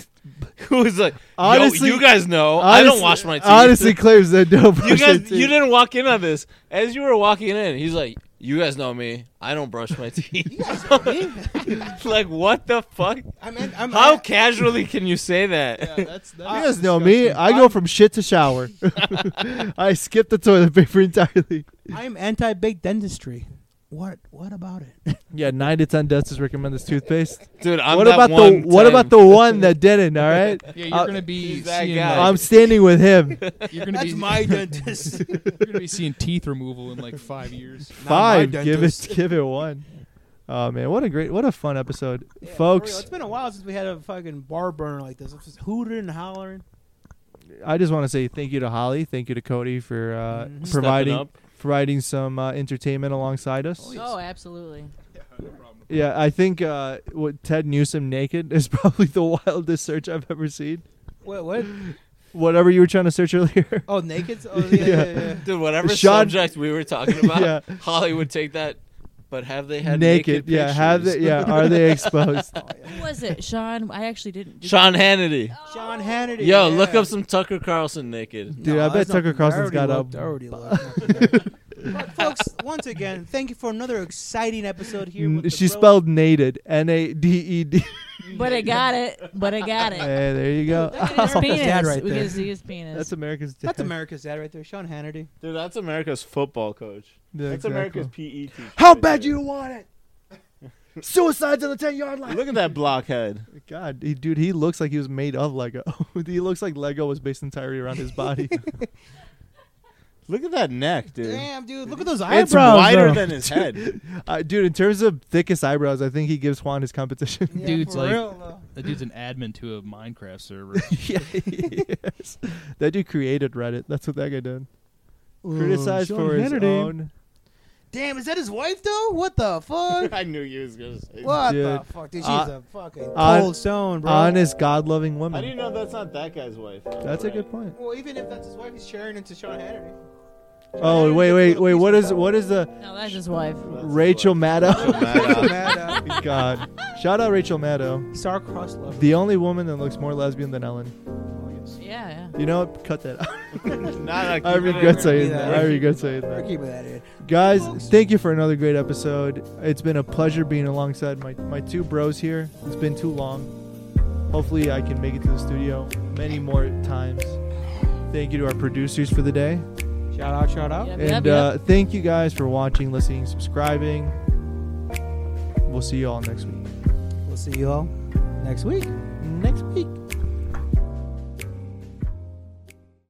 Speaker 5: Who's like, honestly,
Speaker 3: Honestly-
Speaker 5: you guys know I
Speaker 3: honestly,
Speaker 5: don't wash my teeth.
Speaker 3: Honestly, claims that don't brush
Speaker 5: (laughs) you
Speaker 3: their
Speaker 5: guys,
Speaker 3: teeth.
Speaker 5: you didn't walk in on this. As you were walking in, he's like, "You guys know me. I don't
Speaker 3: (laughs)
Speaker 5: brush my teeth." (laughs) like, what the fuck?
Speaker 2: I mean, I'm,
Speaker 5: How
Speaker 2: I,
Speaker 5: casually can you say that?
Speaker 7: that's
Speaker 3: You guys know me. I go from shit to
Speaker 5: (laughs)
Speaker 3: shower. (laughs) I skip the toilet paper entirely.
Speaker 2: I'm anti-baked dentistry. What? What about it?
Speaker 3: Yeah, nine to ten dentists recommend this toothpaste.
Speaker 5: Dude, I'm
Speaker 3: what
Speaker 5: that
Speaker 3: about
Speaker 5: one
Speaker 3: the what
Speaker 5: time.
Speaker 3: about the one that didn't? All right,
Speaker 7: Yeah, you're
Speaker 3: Uh,
Speaker 7: gonna be
Speaker 5: he's that
Speaker 7: seeing.
Speaker 5: guy.
Speaker 3: I'm
Speaker 7: Like,
Speaker 3: standing with
Speaker 5: (laughs)
Speaker 3: him.
Speaker 7: you're gonna
Speaker 2: That's
Speaker 7: be (laughs)
Speaker 2: my
Speaker 3: (laughs)
Speaker 2: dentist.
Speaker 7: you're gonna be seeing teeth removal in like five (laughs) years.
Speaker 3: Five.
Speaker 2: my
Speaker 3: Give it
Speaker 2: dentist.
Speaker 3: give it one. Oh man, what a great what a fun episode,
Speaker 2: Yeah, for real.
Speaker 3: (laughs) folks.
Speaker 2: It's been a while since we had a fucking bar burner like this. It's just hooting and hollering.
Speaker 3: I just want to say thank you to Holly, thank you to Cody for uh,
Speaker 2: Mhm.
Speaker 5: Stepping
Speaker 3: providing
Speaker 5: up.
Speaker 3: providing some uh, entertainment alongside us.
Speaker 6: Oh, absolutely.
Speaker 3: Yeah, I think uh, what Ted Newsom naked is (laughs) probably the wildest search I've ever seen.
Speaker 2: What? What?
Speaker 3: Whatever you were trying to search earlier.
Speaker 2: Oh,
Speaker 3: (laughs)
Speaker 2: naked? Oh, yeah, yeah,
Speaker 3: Yeah.
Speaker 2: yeah.
Speaker 5: Dude, whatever
Speaker 3: Sean-
Speaker 5: subject we were talking (laughs) about,
Speaker 3: (laughs) Yeah.
Speaker 5: Hollywood take that. But have they had naked?
Speaker 3: naked, yeah. Have
Speaker 5: pictures?
Speaker 3: they? Yeah, are they exposed?
Speaker 6: Who was it, Sean? I actually didn't. did-
Speaker 5: Sean Hannity.
Speaker 2: (laughs) Sean Hannity.
Speaker 5: Yo,
Speaker 2: yeah.
Speaker 5: look up some Tucker Carlson
Speaker 3: (laughs)
Speaker 5: naked.
Speaker 3: Dude, I bet
Speaker 2: that's
Speaker 3: Tucker
Speaker 2: nothing. I
Speaker 3: Carlson's
Speaker 2: already
Speaker 3: got
Speaker 2: looked, I
Speaker 3: a.
Speaker 2: already
Speaker 3: (laughs)
Speaker 2: looked. but folks, once again, thank you for another exciting episode here. With
Speaker 3: N-
Speaker 2: the
Speaker 3: She
Speaker 2: bro-
Speaker 3: spelled nated, N A D E D.
Speaker 6: But I got it. But I got
Speaker 3: (laughs) Hey,
Speaker 6: it.
Speaker 3: there you go. (laughs)
Speaker 6: Look at his
Speaker 2: America's dad
Speaker 6: penis.
Speaker 2: right
Speaker 6: we
Speaker 2: there.
Speaker 6: can see his penis.
Speaker 3: That's America's. Dad.
Speaker 2: That's America's dad right there, Sean Hannity.
Speaker 5: Dude, that's America's football coach.
Speaker 3: Yeah,
Speaker 5: That's
Speaker 3: exactly.
Speaker 5: America's E PE teacher.
Speaker 3: How
Speaker 5: right
Speaker 3: bad
Speaker 5: there.
Speaker 3: you want it? Suicides on the ten yard line.
Speaker 5: Look at that blockhead.
Speaker 3: God, he, dude, he looks like he (laughs) was made of Lego. he looks like Lego was based entirely around his body.
Speaker 5: Look at that neck,
Speaker 3: (laughs)
Speaker 5: dude.
Speaker 2: Damn, dude, look at those eyebrows.
Speaker 5: It's wider
Speaker 2: though.
Speaker 5: than his (laughs) head.
Speaker 3: Uh, dude, in terms of thickest eyebrows, I think he gives Juan his competition.
Speaker 2: Yeah,
Speaker 7: Dude's
Speaker 2: for
Speaker 7: like-
Speaker 2: real, though.
Speaker 7: That dude's an admin to a Minecraft server.
Speaker 3: (laughs) yeah, yes. That dude created Reddit. That's what that guy did. Criticized for his own.
Speaker 2: Damn, is that his wife though? What the (laughs) fuck?
Speaker 8: I knew you was gonna say.
Speaker 2: What the
Speaker 3: Dude.
Speaker 2: fuck, dude? She's
Speaker 3: Uh,
Speaker 2: a fucking
Speaker 3: hon-
Speaker 2: cold stone, bro.
Speaker 3: Honest, God loving
Speaker 5: How do you
Speaker 3: woman.
Speaker 5: know that's not that guy's wife?
Speaker 3: That's a good point.
Speaker 2: Well, even if that's his wife, he's sharing into Sean Hannity.
Speaker 3: Oh, wait, wait, wait. What is what is the
Speaker 6: No, that's his wife.
Speaker 3: Rachel Maddow?
Speaker 2: (laughs) Mad at
Speaker 3: God. Shout out Rachel Maddow.
Speaker 2: Star Cross Love.
Speaker 3: The only woman that looks more lesbian than Ellen.
Speaker 6: Yeah,
Speaker 3: You know what? Cut that out. I
Speaker 8: Not
Speaker 3: regret saying
Speaker 2: Yeah.
Speaker 3: that. I regret saying
Speaker 2: We're
Speaker 3: that.
Speaker 2: keeping that in.
Speaker 3: Guys, thank you for another great episode. It's been a pleasure being alongside my, my two bros here. It's been too long. Hopefully, I can make it to the studio many more times. Thank you to our producers for the day.
Speaker 2: Shout out, shout
Speaker 6: yeah.
Speaker 2: out.
Speaker 6: Yep, yep,
Speaker 3: And
Speaker 6: yep.
Speaker 3: uh, thank you guys for watching, listening, subscribing. We'll see you all next week.
Speaker 2: We'll see you all next week.
Speaker 3: Next week.